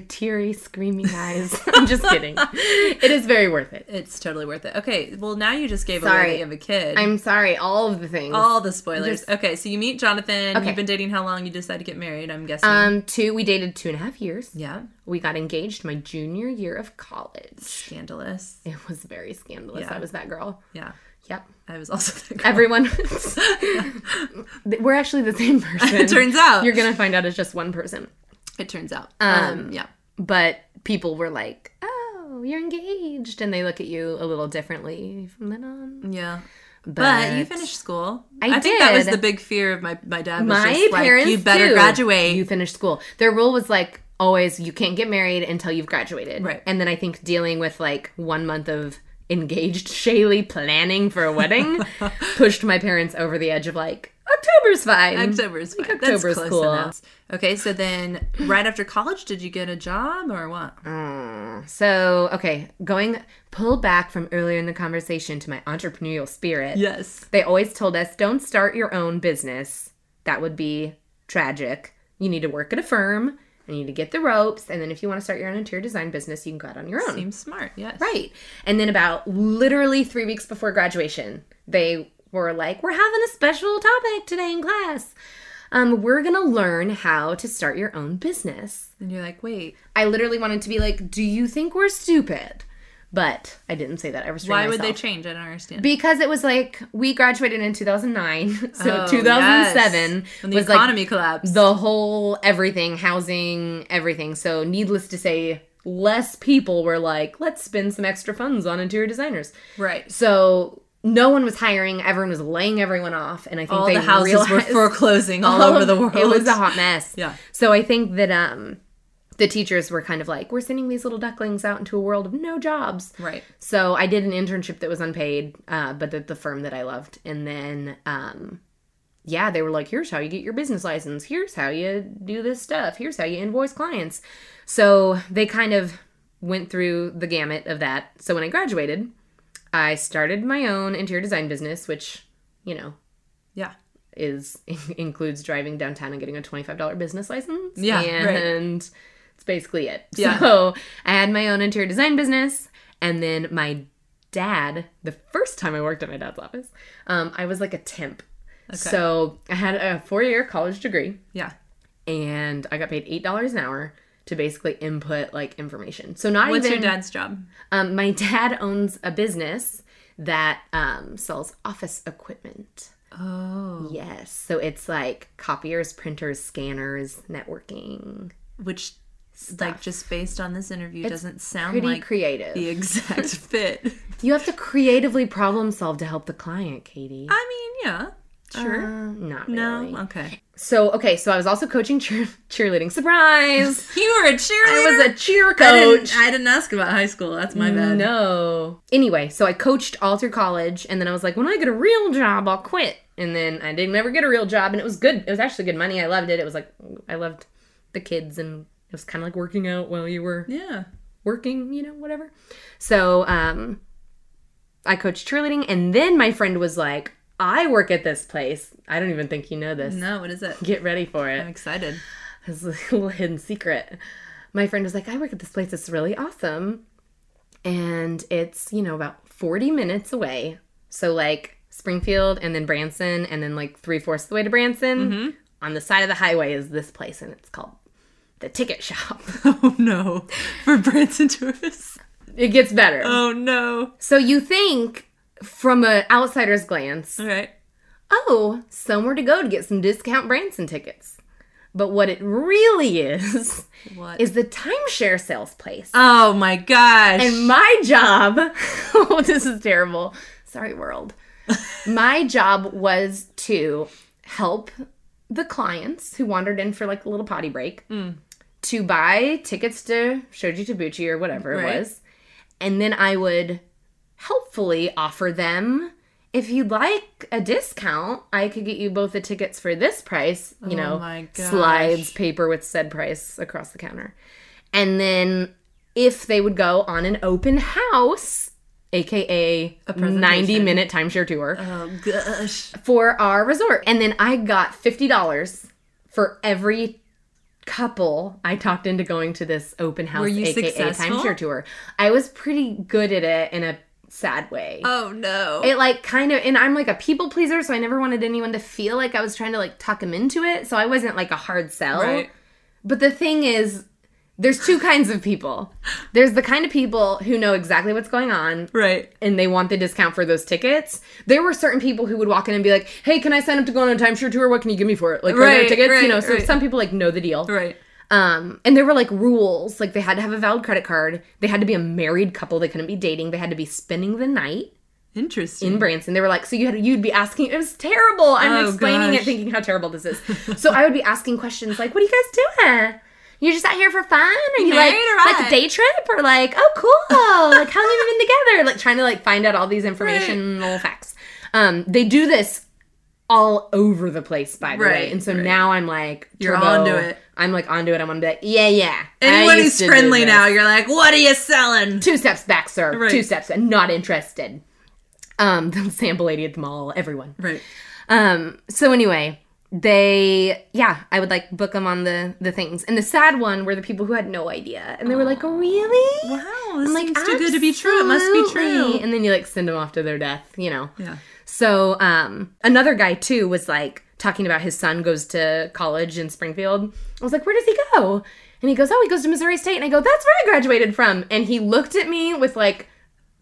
Speaker 2: teary, screaming eyes. I'm just kidding. It is very worth it.
Speaker 1: It's totally worth it. Okay, well now you just gave away
Speaker 2: Sorry.
Speaker 1: that you have a kid.
Speaker 2: I'm sorry. All of the things.
Speaker 1: all the spoilers.
Speaker 2: Just-
Speaker 1: okay, so you meet Jonathan.
Speaker 2: Okay.
Speaker 1: You've been dating how long? You decide to get married. I'm guessing.
Speaker 2: um, two. We dated two and a half years.
Speaker 1: yeah,
Speaker 2: We got engaged my junior year of college.
Speaker 1: scandalous.
Speaker 2: It was very scandalous.
Speaker 1: Yeah.
Speaker 2: I was that girl.
Speaker 1: Yeah,
Speaker 2: Yep.
Speaker 1: I was also. That girl.
Speaker 2: Everyone. We're actually the same person.
Speaker 1: it turns out.
Speaker 2: You're gonna find out it's just one person.
Speaker 1: it turns out. Um, yeah.
Speaker 2: But people were like, "Oh, you're engaged," and they look at you a little differently from then on.
Speaker 1: Yeah.
Speaker 2: But,
Speaker 1: But you finished school.
Speaker 2: I
Speaker 1: think that was
Speaker 2: did.
Speaker 1: the big fear of my my dad. Was
Speaker 2: My
Speaker 1: just
Speaker 2: parents,
Speaker 1: like, you'd better
Speaker 2: too.
Speaker 1: graduate.
Speaker 2: You finished school. Their rule was like always, you can't get married until you've graduated.
Speaker 1: Right.
Speaker 2: And then I think dealing with like one month of engaged Shaylee planning for a wedding pushed my parents over the edge of like October's fine.
Speaker 1: October's fine.
Speaker 2: October's
Speaker 1: That's close
Speaker 2: cool.
Speaker 1: enough. Okay, so then right after college, did you get a job or what?
Speaker 2: So, okay, going pull back from earlier in the conversation to my entrepreneurial spirit.
Speaker 1: Yes.
Speaker 2: They always told us don't start your own business. That would be tragic. You need to work at a firm, you need to get the ropes, and then if you want to start your own interior design business, you can go out on your own.
Speaker 1: Seems smart. Yes.
Speaker 2: Right. And then about literally 3 weeks before graduation, they were like, "We're having a special topic today in class. Um, we're going to learn how to start your own business."
Speaker 1: And you're like, wait,
Speaker 2: I literally wanted to be like, "Do you think we're stupid?" But I didn't say that. I restrained
Speaker 1: why would they
Speaker 2: myself.
Speaker 1: change? I don't understand.
Speaker 2: because it was like we graduated in 2009, so
Speaker 1: Oh,
Speaker 2: 2007
Speaker 1: yes. when the
Speaker 2: was like
Speaker 1: economy collapsed.
Speaker 2: the whole everything, housing, everything. So needless to say, less people were like, "Let's spend some extra funds on interior designers."
Speaker 1: right.
Speaker 2: So no one was hiring. Everyone was laying everyone off, and I think
Speaker 1: All
Speaker 2: they
Speaker 1: the houses were
Speaker 2: realized-
Speaker 1: foreclosing all, over
Speaker 2: of-
Speaker 1: the world.
Speaker 2: Um, It was a hot mess.
Speaker 1: Yeah.
Speaker 2: So I think that um the teachers were kind of like, we're sending these little ducklings out into a world of no jobs.
Speaker 1: right.
Speaker 2: So I did an internship that was unpaid, uh, but at the firm that I loved, and then um, yeah, they were like, here's how you get your business license. Here's how you do this stuff. Here's how you invoice clients. So they kind of went through the gamut of that. So when I graduated, I started my own interior design business, which you know
Speaker 1: Yeah.
Speaker 2: is includes driving downtown and getting a twenty five dollar business license.
Speaker 1: Yeah, right.
Speaker 2: and it's basically it.
Speaker 1: Yeah.
Speaker 2: So I had my own interior design business, and then my dad. The first time I worked at my dad's office, um, I was like a temp. So I had a four year college degree,
Speaker 1: Yeah.
Speaker 2: and I got paid eight dollars an hour to basically input like information. So not
Speaker 1: What's
Speaker 2: even
Speaker 1: your dad's job?
Speaker 2: um, my dad owns a business that um, sells office equipment.
Speaker 1: Oh.
Speaker 2: Yes. So it's like copiers, printers, scanners, networking.
Speaker 1: Which, like, just based on this interview, doesn't sound
Speaker 2: Pretty
Speaker 1: like
Speaker 2: creative.
Speaker 1: the exact fit.
Speaker 2: You have to creatively problem solve to help the client, Katie.
Speaker 1: I mean, yeah. Sure.
Speaker 2: Uh, not
Speaker 1: Uh, no.
Speaker 2: really.
Speaker 1: Okay.
Speaker 2: So okay, so I was also coaching cheer- cheerleading. Surprise!
Speaker 1: You were a cheerleader.
Speaker 2: I was a cheer
Speaker 1: I didn't,
Speaker 2: coach.
Speaker 1: I didn't ask about high school. That's my bad.
Speaker 2: No. Anyway, so I coached all through college, and then I was like, when I get a real job, I'll quit. And then I didn't ever get a real job, and it was good. It was actually good money. I loved it. It was like I loved the kids, and it was kind of like working out while you were
Speaker 1: Yeah.
Speaker 2: working, you know, whatever. So um, I coached cheerleading, and then my friend was like, I work at this place. I don't even think you know this.
Speaker 1: No. What is it?
Speaker 2: Get ready for it.
Speaker 1: I'm excited.
Speaker 2: This is a little hidden secret. My friend was like, I work at this place. It's really awesome. And it's, you know, about 40 minutes away. So, like, Springfield and then Branson, and then like three fourths of the way to Branson. On the side of the highway is this place, and it's called the Ticket Shop.
Speaker 1: Oh no. For Branson tourists.
Speaker 2: it gets better.
Speaker 1: Oh no.
Speaker 2: so, you think from an outsider's glance,
Speaker 1: All right.
Speaker 2: oh, somewhere to go to get some discount Branson tickets. But what it really is,
Speaker 1: What?
Speaker 2: is the timeshare sales place.
Speaker 1: oh my gosh.
Speaker 2: And my job, oh, this is terrible. Sorry, world. my job was to help the clients who wandered in for like a little potty break to buy tickets to Shoji Tabuchi or whatever
Speaker 1: Right.
Speaker 2: it was. And then I would helpfully offer them if you'd like a discount, I could get you both the tickets for this price, you
Speaker 1: Oh
Speaker 2: know,
Speaker 1: my gosh.
Speaker 2: slides paper with said price across the counter. And then if they would go on an open house, aka 90
Speaker 1: presentation.
Speaker 2: minute timeshare tour
Speaker 1: oh gosh.
Speaker 2: for our resort. And then I got $50 for every couple I talked into going to this open house,
Speaker 1: Were you
Speaker 2: aka
Speaker 1: successful?
Speaker 2: timeshare tour. I was pretty good at it in a sad way
Speaker 1: Oh no.
Speaker 2: it like kind of and i'm like a people pleaser so i never wanted anyone to feel like i was trying to like tuck them into it so i wasn't like a hard sell
Speaker 1: Right.
Speaker 2: but the thing is there's two kinds of people there's the kind of people who know exactly what's going on
Speaker 1: Right.
Speaker 2: and they want the discount for those tickets. There were certain people who would walk in and be like, "Hey, can I sign up to go on a timeshare tour? What can you give me for it? Like, are there
Speaker 1: Right,
Speaker 2: tickets?
Speaker 1: right,
Speaker 2: you know." So
Speaker 1: right.
Speaker 2: some people like know the deal,
Speaker 1: Right.
Speaker 2: um, and there were like rules. Like they had to have a valid credit card. They had to be a married couple. They couldn't be dating. They had to be spending the night
Speaker 1: Interesting.
Speaker 2: in Branson. They were like, so you had you'd be asking. It was terrible. I'm
Speaker 1: Oh,
Speaker 2: explaining
Speaker 1: gosh.
Speaker 2: it, thinking how terrible this is. so I would be asking questions like, "What are you guys doing? You're just out here for fun? Are you like
Speaker 1: married or
Speaker 2: like
Speaker 1: what?"
Speaker 2: a day trip or like oh cool? like how long have you been together? Like trying to like find out all these informational facts. Um, they do this all over the place, by the
Speaker 1: Right,
Speaker 2: way. And so
Speaker 1: right.
Speaker 2: now I'm like,
Speaker 1: You're
Speaker 2: turbo-
Speaker 1: onto it.
Speaker 2: I'm like onto it. I'm on that. Yeah, yeah. I
Speaker 1: Anyone
Speaker 2: used
Speaker 1: who's
Speaker 2: to do
Speaker 1: friendly
Speaker 2: this
Speaker 1: now, you're like, what are you selling?
Speaker 2: two steps back, sir.
Speaker 1: Right.
Speaker 2: Two steps, and not interested. Um, the sample lady at the mall, everyone.
Speaker 1: Right.
Speaker 2: Um, so anyway, they, yeah, I would like book them on the the things, and the sad one were the people who had no idea, and they were like, really?
Speaker 1: Wow, this
Speaker 2: I'm
Speaker 1: seems too good to be true. It must be
Speaker 2: "Absolutely."
Speaker 1: true.
Speaker 2: And then you like send them off to their death, you know.
Speaker 1: Yeah.
Speaker 2: So um, another guy too was like talking about his son goes to college in Springfield. I was like, where does he go? And he goes, oh, he goes to Missouri State. And I go, that's where I graduated from. And he looked at me with like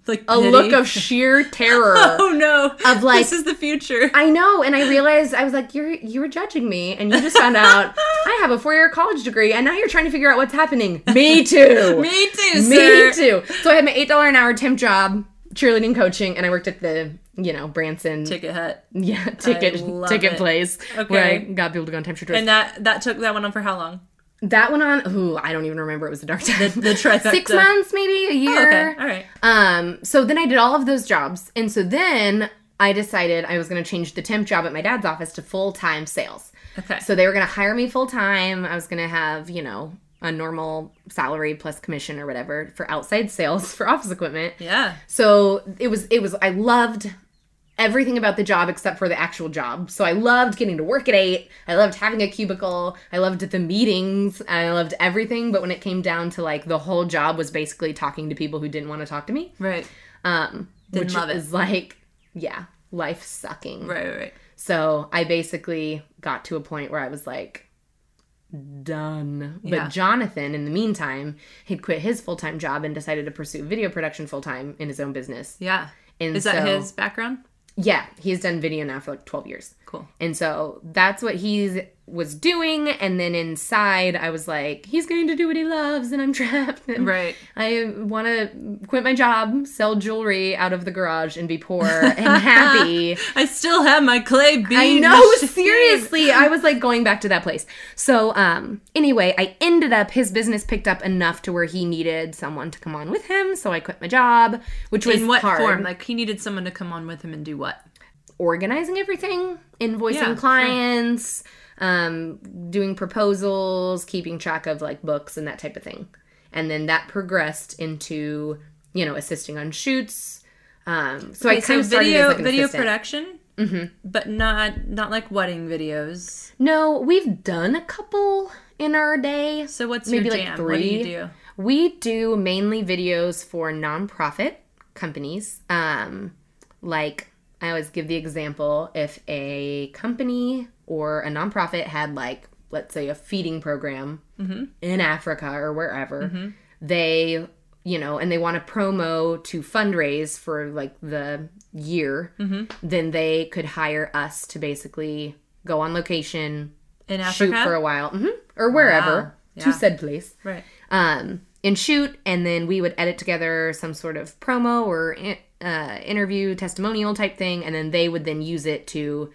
Speaker 1: Like
Speaker 2: a look of sheer terror.
Speaker 1: oh no
Speaker 2: of, like-
Speaker 1: this is the future.
Speaker 2: I know, and I realized I was like, "You're you were judging me, and you just found out I have a four year college degree, and now you're trying to figure out what's happening." Me too.
Speaker 1: Me too,
Speaker 2: Me
Speaker 1: sir.
Speaker 2: too. So I had my eight dollar an hour temp job, cheerleading coaching, and I worked at the you know Branson
Speaker 1: Ticket Hut.
Speaker 2: yeah ticket
Speaker 1: love
Speaker 2: ticket
Speaker 1: it.
Speaker 2: place where I
Speaker 1: Okay.
Speaker 2: got people to go on timeshare tours.
Speaker 1: And that that took that went on for how long?
Speaker 2: that went on. Ooh, I don't even remember. It was a dark time.
Speaker 1: the trifecta.
Speaker 2: Six months, maybe a
Speaker 1: Oh,
Speaker 2: year.
Speaker 1: okay, all right.
Speaker 2: Um, so then I did all of those jobs. And so then I decided I was going to change the temp job at my dad's office to full time sales.
Speaker 1: Okay.
Speaker 2: So they were going to hire me full time. I was going to have, you know, a normal salary plus commission or whatever for outside sales for office equipment.
Speaker 1: yeah.
Speaker 2: So it was it was I loved everything about the job except for the actual job. So I loved getting to work at 8. I loved having a cubicle. I loved the meetings. I loved everything, but when it came down to like the whole job was basically talking to people who didn't want to talk to me.
Speaker 1: Right.
Speaker 2: Um
Speaker 1: Didn't
Speaker 2: which
Speaker 1: love it.
Speaker 2: is like yeah, life sucking.
Speaker 1: Right. Right. right.
Speaker 2: So I basically got to a point where I was like, done.
Speaker 1: Yeah.
Speaker 2: But Jonathan, in the meantime, had quit his full time job and decided to pursue video production full time in his own business.
Speaker 1: Yeah.
Speaker 2: And
Speaker 1: Is that
Speaker 2: so-
Speaker 1: his background?
Speaker 2: Yeah, he's done video now for like 12 years.
Speaker 1: Cool.
Speaker 2: And so that's what he's was doing and then inside I was like he's going to do what he loves and I'm trapped and
Speaker 1: Right.
Speaker 2: I want to quit my job sell jewelry out of the garage and be poor and happy
Speaker 1: I still have my clay bean.
Speaker 2: I know,
Speaker 1: machine.
Speaker 2: seriously. I was like going back to that place. So, um, anyway, I ended up his business picked up enough to where he needed someone to come on with him. So I quit my job, which was
Speaker 1: In what
Speaker 2: hard.
Speaker 1: form? Like he needed someone to come on with him and do what?
Speaker 2: Organizing everything, invoicing
Speaker 1: Yeah, sure.
Speaker 2: clients, um, doing proposals, keeping track of like books and that type of thing. And then that progressed into you know assisting on shoots. Um, so I
Speaker 1: Okay,
Speaker 2: kind
Speaker 1: so
Speaker 2: of started as
Speaker 1: video
Speaker 2: like an
Speaker 1: video
Speaker 2: assistant. Mm-hmm.
Speaker 1: production, but not not like wedding videos.
Speaker 2: No, we've done a couple in our day.
Speaker 1: So what's
Speaker 2: Maybe,
Speaker 1: your
Speaker 2: like,
Speaker 1: jam? What do you
Speaker 2: three.
Speaker 1: do?
Speaker 2: We do mainly videos for nonprofit companies. Um, like, I always give the example if a company or a nonprofit had, like, let's say a feeding program
Speaker 1: Mm-hmm.
Speaker 2: in Africa or wherever, they, you know, and they want a promo to fundraise for, like, the year,
Speaker 1: Mm-hmm.
Speaker 2: then they could hire us to basically go on location,
Speaker 1: In
Speaker 2: shoot
Speaker 1: Africa,
Speaker 2: for a while, hmm or wherever,
Speaker 1: Wow. Yeah.
Speaker 2: to said place
Speaker 1: right?
Speaker 2: um, and shoot, and then we would edit together some sort of promo or in- uh, interview testimonial type thing, and then they would then use it to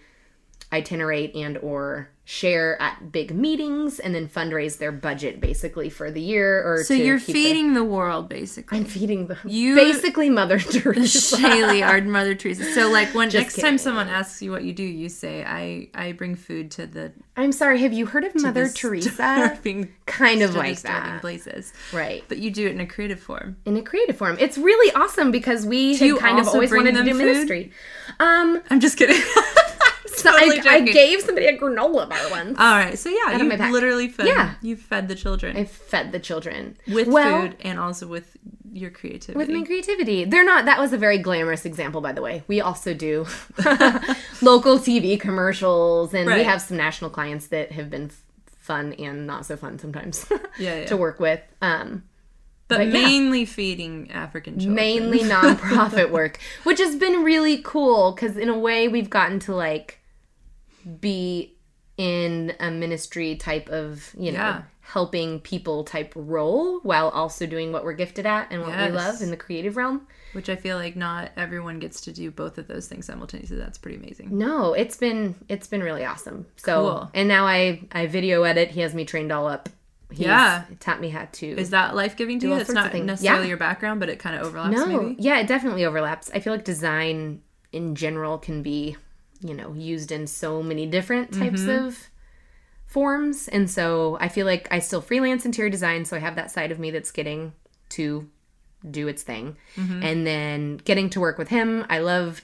Speaker 2: itinerate and or share at big meetings, and then fundraise their budget basically for the year. Or
Speaker 1: So
Speaker 2: to
Speaker 1: you're
Speaker 2: keep
Speaker 1: feeding the world, basically.
Speaker 2: The, I'm feeding them.
Speaker 1: You-
Speaker 2: basically Mother Teresa.
Speaker 1: Shaylee are Mother Teresa. So like when next time
Speaker 2: kidding.
Speaker 1: someone asks you what you do, you say I I bring food to the
Speaker 2: I'm sorry. Have you heard of Mother
Speaker 1: the
Speaker 2: Teresa?
Speaker 1: starving,
Speaker 2: Kind of
Speaker 1: to the
Speaker 2: like
Speaker 1: starving
Speaker 2: that,
Speaker 1: places,
Speaker 2: right?
Speaker 1: but you do it in a creative form.
Speaker 2: In a creative form, it's really awesome because we
Speaker 1: you
Speaker 2: had kind of
Speaker 1: also
Speaker 2: always
Speaker 1: bring
Speaker 2: wanted to
Speaker 1: them
Speaker 2: do
Speaker 1: food?
Speaker 2: ministry. Um,
Speaker 1: I'm just kidding.
Speaker 2: So
Speaker 1: Totally
Speaker 2: I, I
Speaker 1: joking.
Speaker 2: gave somebody a granola bar once.
Speaker 1: All right, so yeah,
Speaker 2: of
Speaker 1: you
Speaker 2: my pack.
Speaker 1: literally fed.
Speaker 2: Yeah.
Speaker 1: you fed the children
Speaker 2: I fed the children
Speaker 1: with
Speaker 2: Well,
Speaker 1: food and also with your creativity.
Speaker 2: With my creativity, they're not. That was a very glamorous example, by the way. We also do local TV commercials, and we
Speaker 1: Right.
Speaker 2: have some national clients that have been f- fun and not so fun sometimes
Speaker 1: Yeah, yeah.
Speaker 2: to work with. Um,
Speaker 1: but,
Speaker 2: but yeah.
Speaker 1: mainly feeding African children.
Speaker 2: mainly nonprofit work, which has been really cool because in a way we've gotten to like be in a ministry type of you know
Speaker 1: Yeah.
Speaker 2: helping people type role while also doing what we're gifted at and what
Speaker 1: Yes.
Speaker 2: we love in the creative realm.
Speaker 1: which I feel like not everyone gets to do both of those things simultaneously. That's pretty amazing.
Speaker 2: No, it's been it's been really awesome. So
Speaker 1: Cool.
Speaker 2: and now I I video edit. He has me trained all up. He's
Speaker 1: Yeah.
Speaker 2: taught me how to.
Speaker 1: Is that life giving to
Speaker 2: all
Speaker 1: you? It's
Speaker 2: sorts of
Speaker 1: not
Speaker 2: things.
Speaker 1: necessarily
Speaker 2: Yeah.
Speaker 1: your background, but it kind of overlaps.
Speaker 2: No,
Speaker 1: maybe?
Speaker 2: yeah, it definitely overlaps. I feel like design in general can be, you know, used in so many different types
Speaker 1: Mm-hmm.
Speaker 2: of forms. And so I feel like I still freelance interior design, so I have that side of me that's getting to do its thing.
Speaker 1: Mm-hmm.
Speaker 2: And then getting to work with him, I love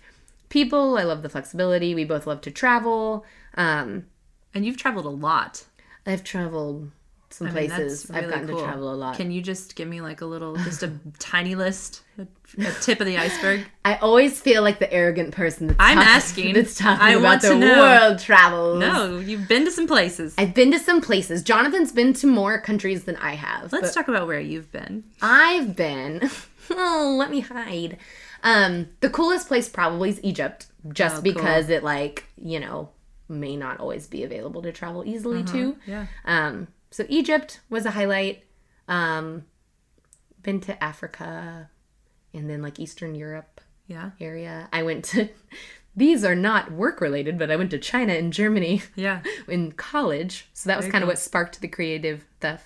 Speaker 2: people, I love the flexibility. We both love to travel. Um,
Speaker 1: And you've traveled a lot.
Speaker 2: I've traveled some
Speaker 1: I mean,
Speaker 2: places.
Speaker 1: that's really
Speaker 2: I've gotten
Speaker 1: cool.
Speaker 2: to travel a lot.
Speaker 1: Can you just give me like a little, just a tiny list, a, a tip of the iceberg?
Speaker 2: I always feel like the arrogant person that's
Speaker 1: I'm
Speaker 2: talk-
Speaker 1: asking.
Speaker 2: that's talking
Speaker 1: I
Speaker 2: about
Speaker 1: want to
Speaker 2: their
Speaker 1: know.
Speaker 2: world travels.
Speaker 1: No, you've been to some places.
Speaker 2: I've been to some places. Jonathan's been to more countries than I have.
Speaker 1: Let's
Speaker 2: but
Speaker 1: talk about where you've been.
Speaker 2: I've been. oh, let me hide. Um, the coolest place probably is Egypt, just
Speaker 1: Oh,
Speaker 2: because it like you know may not always be available to travel easily to.
Speaker 1: Uh-huh. Yeah.
Speaker 2: Um, so Egypt was a highlight. Um, been to Africa, and then like Eastern Europe
Speaker 1: Yeah.
Speaker 2: area. I went to. These are not work related, but I went to China and Germany
Speaker 1: Yeah.
Speaker 2: in college. So that was kind of what sparked the creative stuff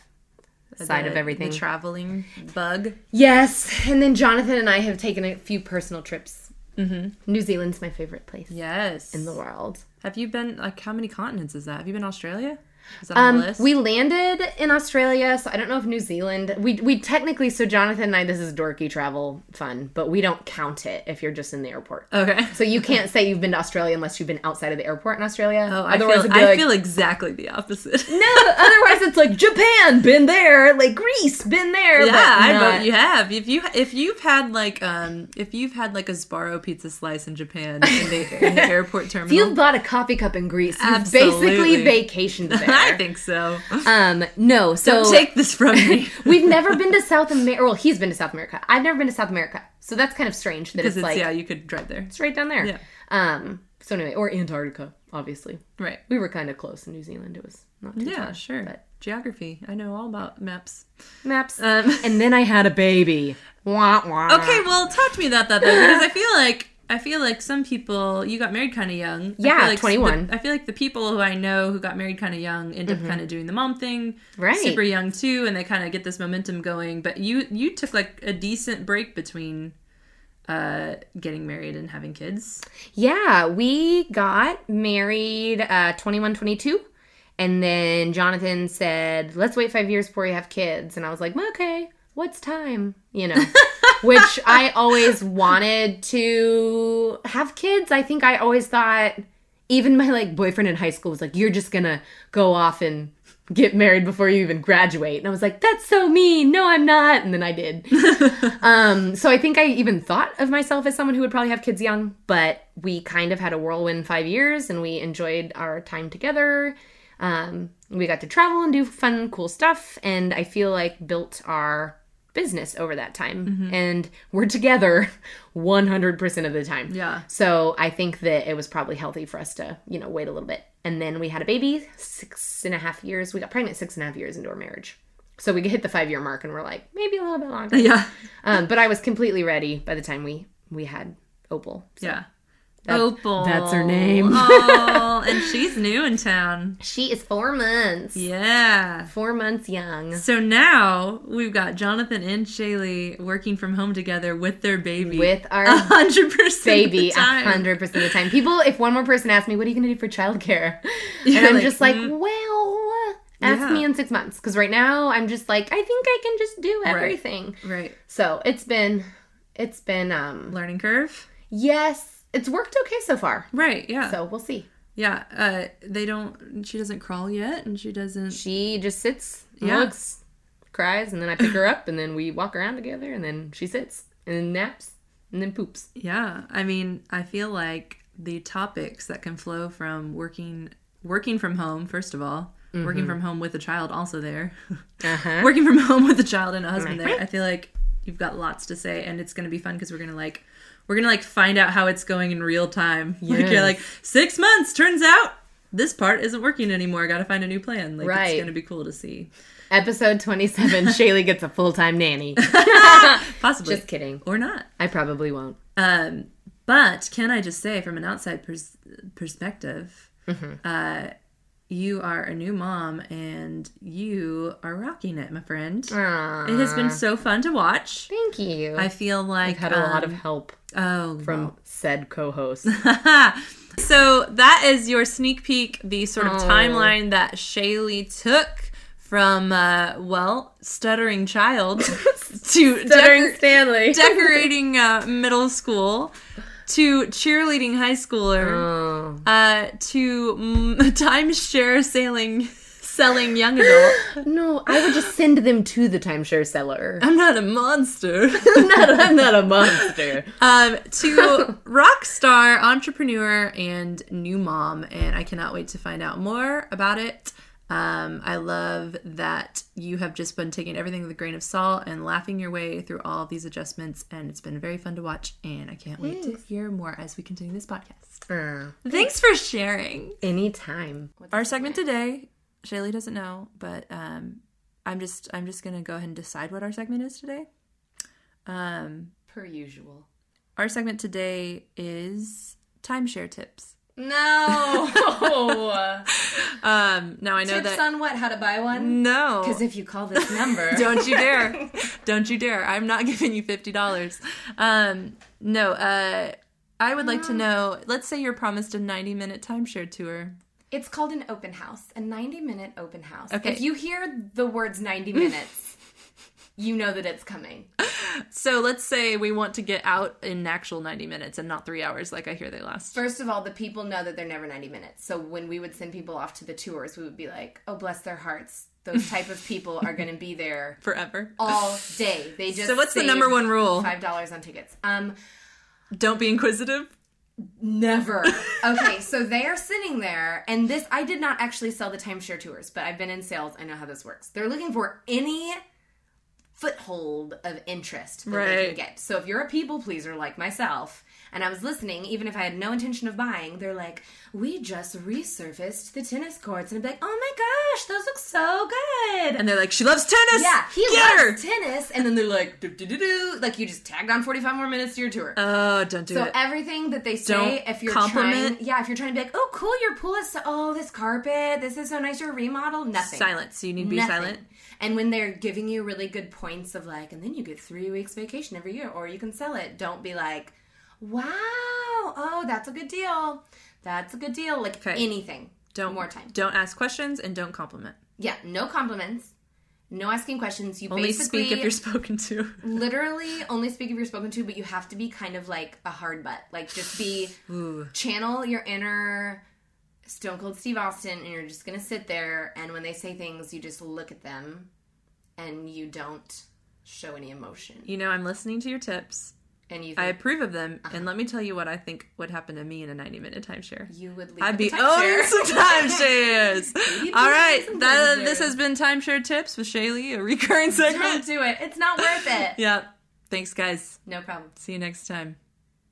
Speaker 2: side
Speaker 1: The-
Speaker 2: of everything.
Speaker 1: The traveling bug.
Speaker 2: yes, and then Jonathan and I have taken a few personal trips. Mm-hmm. New Zealand's my favorite place
Speaker 1: Yes.
Speaker 2: in the world.
Speaker 1: Have you been like how many continents is that? Have you been to Australia? Is that on
Speaker 2: Um,
Speaker 1: the list?
Speaker 2: we landed in Australia, so I don't know if New Zealand. We we technically so Jonathan and I. This is dorky travel fun, but we don't count it if you're just in the airport.
Speaker 1: okay.
Speaker 2: So you can't say you've been to Australia unless you've been outside of the airport in Australia.
Speaker 1: Oh, I
Speaker 2: Otherwise
Speaker 1: feel,
Speaker 2: it'd be
Speaker 1: I
Speaker 2: like-
Speaker 1: feel exactly the opposite.
Speaker 2: No, otherwise it's like Japan, been there, like Greece, been there.
Speaker 1: Yeah,
Speaker 2: but
Speaker 1: I
Speaker 2: not-
Speaker 1: bet you have. If you if you've had like um if you've had like a Sbarro pizza slice in Japan in the, in the airport
Speaker 2: If
Speaker 1: terminal,
Speaker 2: you've bought a coffee cup in Greece, you've
Speaker 1: Absolutely.
Speaker 2: basically vacationed there.
Speaker 1: I think so.
Speaker 2: Um, no, so
Speaker 1: Don't take this from me
Speaker 2: we've never been to South America. Well, he's been to South America. I've never been to South America, so that's kind of strange that
Speaker 1: because
Speaker 2: it's,
Speaker 1: it's
Speaker 2: like
Speaker 1: yeah you could drive there.
Speaker 2: it's right down there.
Speaker 1: Yeah.
Speaker 2: Um, So anyway, or Antarctica, obviously.
Speaker 1: Right.
Speaker 2: We were kind of close in New Zealand. It was not too
Speaker 1: Yeah,
Speaker 2: far,
Speaker 1: sure.
Speaker 2: But
Speaker 1: Geography. I know all about maps.
Speaker 2: maps.
Speaker 1: Um,
Speaker 2: and then I had a baby. Wah wah.
Speaker 1: okay, well, talk to me about that though, because I feel like I feel like some people you got married kind of young. I
Speaker 2: Yeah,
Speaker 1: feel like
Speaker 2: 21.
Speaker 1: the- I feel like the people who I know who got married kind of young end up kind of doing the mom thing,
Speaker 2: Mm-hmm. Right.
Speaker 1: Super young too, and they kind of get this momentum going. But you you took like a decent break between uh getting married and having kids.
Speaker 2: Yeah, we got married uh 21 22 and then Jonathan said, "Let's wait 5 years before you have kids." And I was like, well, "Okay, what's time?" You know. Which I always wanted to have kids. I think I always thought even my like boyfriend in high school was like, "You're just going to go off and get married before you even graduate." And I was like, "That's so mean. No, I'm not." And then I did. Um, so I think I even thought of myself as someone who would probably have kids young, but we kind of had a whirlwind five years and we enjoyed our time together. Um, we got to travel and do fun, cool stuff, and I feel like built our business over that time.
Speaker 1: Mm-hmm.
Speaker 2: And we're together 100% of the time.
Speaker 1: Yeah.
Speaker 2: So I think that it was probably healthy for us to, you know, wait a little bit. And then we had a baby six and a half years. We got pregnant six and a half years into our marriage. So we hit the five year mark and we're like, maybe a little bit longer
Speaker 1: Yeah.
Speaker 2: um, but I was completely ready by the time we we had Opal.
Speaker 1: Yeah. Opal.
Speaker 2: that's her name.
Speaker 1: oh, and she's new in town.
Speaker 2: She is four months,
Speaker 1: Yeah.
Speaker 2: four months young,
Speaker 1: So now we've got Jonathan and Shaylee working from home together with their baby.
Speaker 2: with
Speaker 1: a
Speaker 2: our
Speaker 1: hundred percent of
Speaker 2: baby
Speaker 1: the
Speaker 2: a
Speaker 1: time.
Speaker 2: hundred percent of the time. People, if one more person asked me, "What are you going to do for childcare?" and
Speaker 1: You're
Speaker 2: I'm
Speaker 1: like,
Speaker 2: just like,
Speaker 1: mm.
Speaker 2: "Well, ask
Speaker 1: Yeah.
Speaker 2: me in six months," because right now I'm just like, I think I can just do
Speaker 1: Right.
Speaker 2: everything.
Speaker 1: Right.
Speaker 2: So it's been, it's been, um,
Speaker 1: Learning curve.
Speaker 2: yes, it's worked okay so far.
Speaker 1: Right. Yeah.
Speaker 2: So we'll see.
Speaker 1: Yeah. Uh, they don't. She doesn't crawl yet, and she doesn't.
Speaker 2: she just sits, and
Speaker 1: Yeah.
Speaker 2: looks, cries, and then I pick her up, and then we walk around together, and then she sits, and then naps, and then poops.
Speaker 1: Yeah. I mean, I feel like the topics that can flow from working working from home, first of all,
Speaker 2: Mm-hmm.
Speaker 1: working from home with a child also there,
Speaker 2: Uh huh.
Speaker 1: working from home with a child and a husband there. I feel like you've got lots to say, and it's gonna be fun because we're gonna like. We're gonna like find out how it's going in real time. Like you're
Speaker 2: Yes.
Speaker 1: like six months. Turns out this part isn't working anymore. Got to find a new plan. Like
Speaker 2: Right.
Speaker 1: it's gonna be cool to see.
Speaker 2: Episode 27 Shaylee gets a full time nanny.
Speaker 1: Possibly
Speaker 2: just kidding.
Speaker 1: or not.
Speaker 2: I probably won't.
Speaker 1: Um, but can I just say, from an outside pers- perspective,
Speaker 2: Mm-hmm.
Speaker 1: uh, you are a new mom and you are rocking it, my friend.
Speaker 2: Aww.
Speaker 1: It has been so fun to watch.
Speaker 2: Thank you.
Speaker 1: I
Speaker 2: I've
Speaker 1: feel like
Speaker 2: had a lot of
Speaker 1: um,
Speaker 2: help
Speaker 1: oh
Speaker 2: from said co host.
Speaker 1: wow. so that is your sneak peek, the sort of
Speaker 2: Oh.
Speaker 1: timeline that Shaylee took from uh, well stuttering child to
Speaker 2: Stuttering
Speaker 1: decor-
Speaker 2: Stanley.
Speaker 1: decorating uh, middle school to cheerleading high schooler
Speaker 2: Oh.
Speaker 1: uh, to mm, timeshare sailing selling young adult
Speaker 2: No, I would just send them to the timeshare seller.
Speaker 1: i'm not a monster
Speaker 2: I'm not, I'm not a monster.
Speaker 1: um, to rock star entrepreneur and new mom and i cannot wait to find out more about it um, i love that you have just been taking everything with a grain of salt and laughing your way through all these adjustments and it's been very fun to watch and i can't wait to hear more as we continue this podcast
Speaker 2: Uh,
Speaker 1: Thanks for sharing.
Speaker 2: anytime.
Speaker 1: Our segment today, Shaylee doesn't know, but um, I'm just I'm just gonna go ahead and decide what our segment is today. Um,
Speaker 2: Per usual.
Speaker 1: our segment today is timeshare tips.
Speaker 2: No.
Speaker 1: Um, now I know
Speaker 2: Tips
Speaker 1: that
Speaker 2: on what? How to buy one?
Speaker 1: no,
Speaker 2: Because if you call this number,
Speaker 1: don't you dare don't you dare i'm not giving you $50 um no uh i would like to
Speaker 2: Uh-huh.
Speaker 1: know let's say you're promised a 90 minute timeshare tour
Speaker 3: It's called an open house, a 90 minute open house.
Speaker 1: Okay.
Speaker 3: If you hear the words 90 minutes, you know that it's coming.
Speaker 1: so let's say we want to get out in an actual 90 minutes and not three hours like i hear they last
Speaker 3: First of all, the people know that they're never 90 minutes. So when we would send people off to the tours, we would be like, oh, bless their hearts. Those type of people are going to be there
Speaker 1: forever
Speaker 3: all day. They just
Speaker 1: so what's the
Speaker 3: saved
Speaker 1: number one rule
Speaker 3: $5 on tickets. Um,
Speaker 1: don't be inquisitive
Speaker 3: Never. okay, so they are sitting there, and this I did not actually sell the timeshare tours, but I've been in sales. I know how this works. They're looking for any foothold of interest that they
Speaker 1: Right.
Speaker 3: can get. So if you're a people pleaser like myself,
Speaker 2: and I was listening, even if I had no intention of buying, they're like, we just resurfaced the tennis courts. And I'd be like, oh my gosh, those look so good.
Speaker 1: And they're like, she loves tennis.
Speaker 2: yeah, he
Speaker 1: Get
Speaker 2: loves tennis. And then they're like, do, do, do, do. Like, you just tagged on 45 more minutes to your tour.
Speaker 1: her. Oh, don't do
Speaker 2: So
Speaker 1: it.
Speaker 2: everything that they say,
Speaker 1: Don't
Speaker 2: if you're
Speaker 1: compliment.
Speaker 2: trying, yeah, if you're trying to be like, oh, cool, your pool is so, oh, this carpet, this is so nice, your remodel, nothing,
Speaker 1: Silence. You need to be
Speaker 2: Nothing.
Speaker 1: silent.
Speaker 2: And when they're giving you really good points of like, and then you get three weeks vacation every year, or you can sell it. Don't be like, wow, oh, that's a good deal, that's a good deal, like
Speaker 1: Okay.
Speaker 2: anything.
Speaker 1: Don't
Speaker 2: more time.
Speaker 1: Don't ask questions and don't compliment.
Speaker 2: Yeah, no compliments, no asking questions. You
Speaker 1: Only
Speaker 2: basically
Speaker 1: speak if you're spoken to.
Speaker 2: literally only speak if you're spoken to, but you have to be kind of like a hard butt. Like just be channel your inner Stone Cold Steve Austin, and you're just gonna sit there. And when they say things, you just look at them, and you don't show any emotion.
Speaker 1: You know, I'm listening to your tips.
Speaker 2: And you,
Speaker 1: I
Speaker 2: think
Speaker 1: approve of them.
Speaker 2: Uh-huh.
Speaker 1: And let me tell you what I think would happen to me in a 90 minute timeshare.
Speaker 2: you would leave.
Speaker 1: I'd be
Speaker 2: the timeshare.
Speaker 1: owning some timeshares.
Speaker 2: You'd be
Speaker 1: All
Speaker 2: owning
Speaker 1: right,
Speaker 2: some
Speaker 1: that,
Speaker 2: timeshares.
Speaker 1: this has been timeshare tips with Shaylee, a recurring segment.
Speaker 2: Don't do it. It's not worth it.
Speaker 1: Yeah. Thanks, guys.
Speaker 2: No problem.
Speaker 1: See you next time.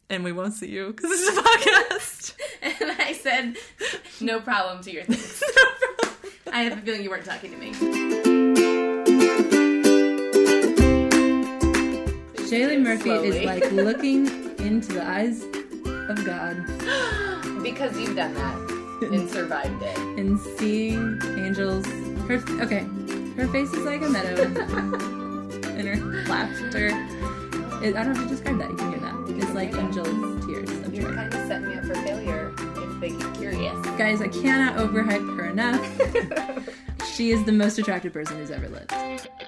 Speaker 1: And we won't see you because it's a podcast.
Speaker 2: And I said, no problem to your things. I have a feeling you weren't talking to me.
Speaker 1: Shaylee Murphy
Speaker 2: Slowly.
Speaker 1: is like looking into the eyes of God
Speaker 2: Because you've done that and survived it.
Speaker 1: and seeing angels. Her okay, her face is like a meadow, and her laughter. It, I don't have to describe that. You can hear that. It's like angel tears. of
Speaker 2: You're
Speaker 1: joy.
Speaker 2: kind of setting me up for failure if they get curious.
Speaker 1: Guys, I cannot overhype her enough. she is the most attractive person who's ever lived.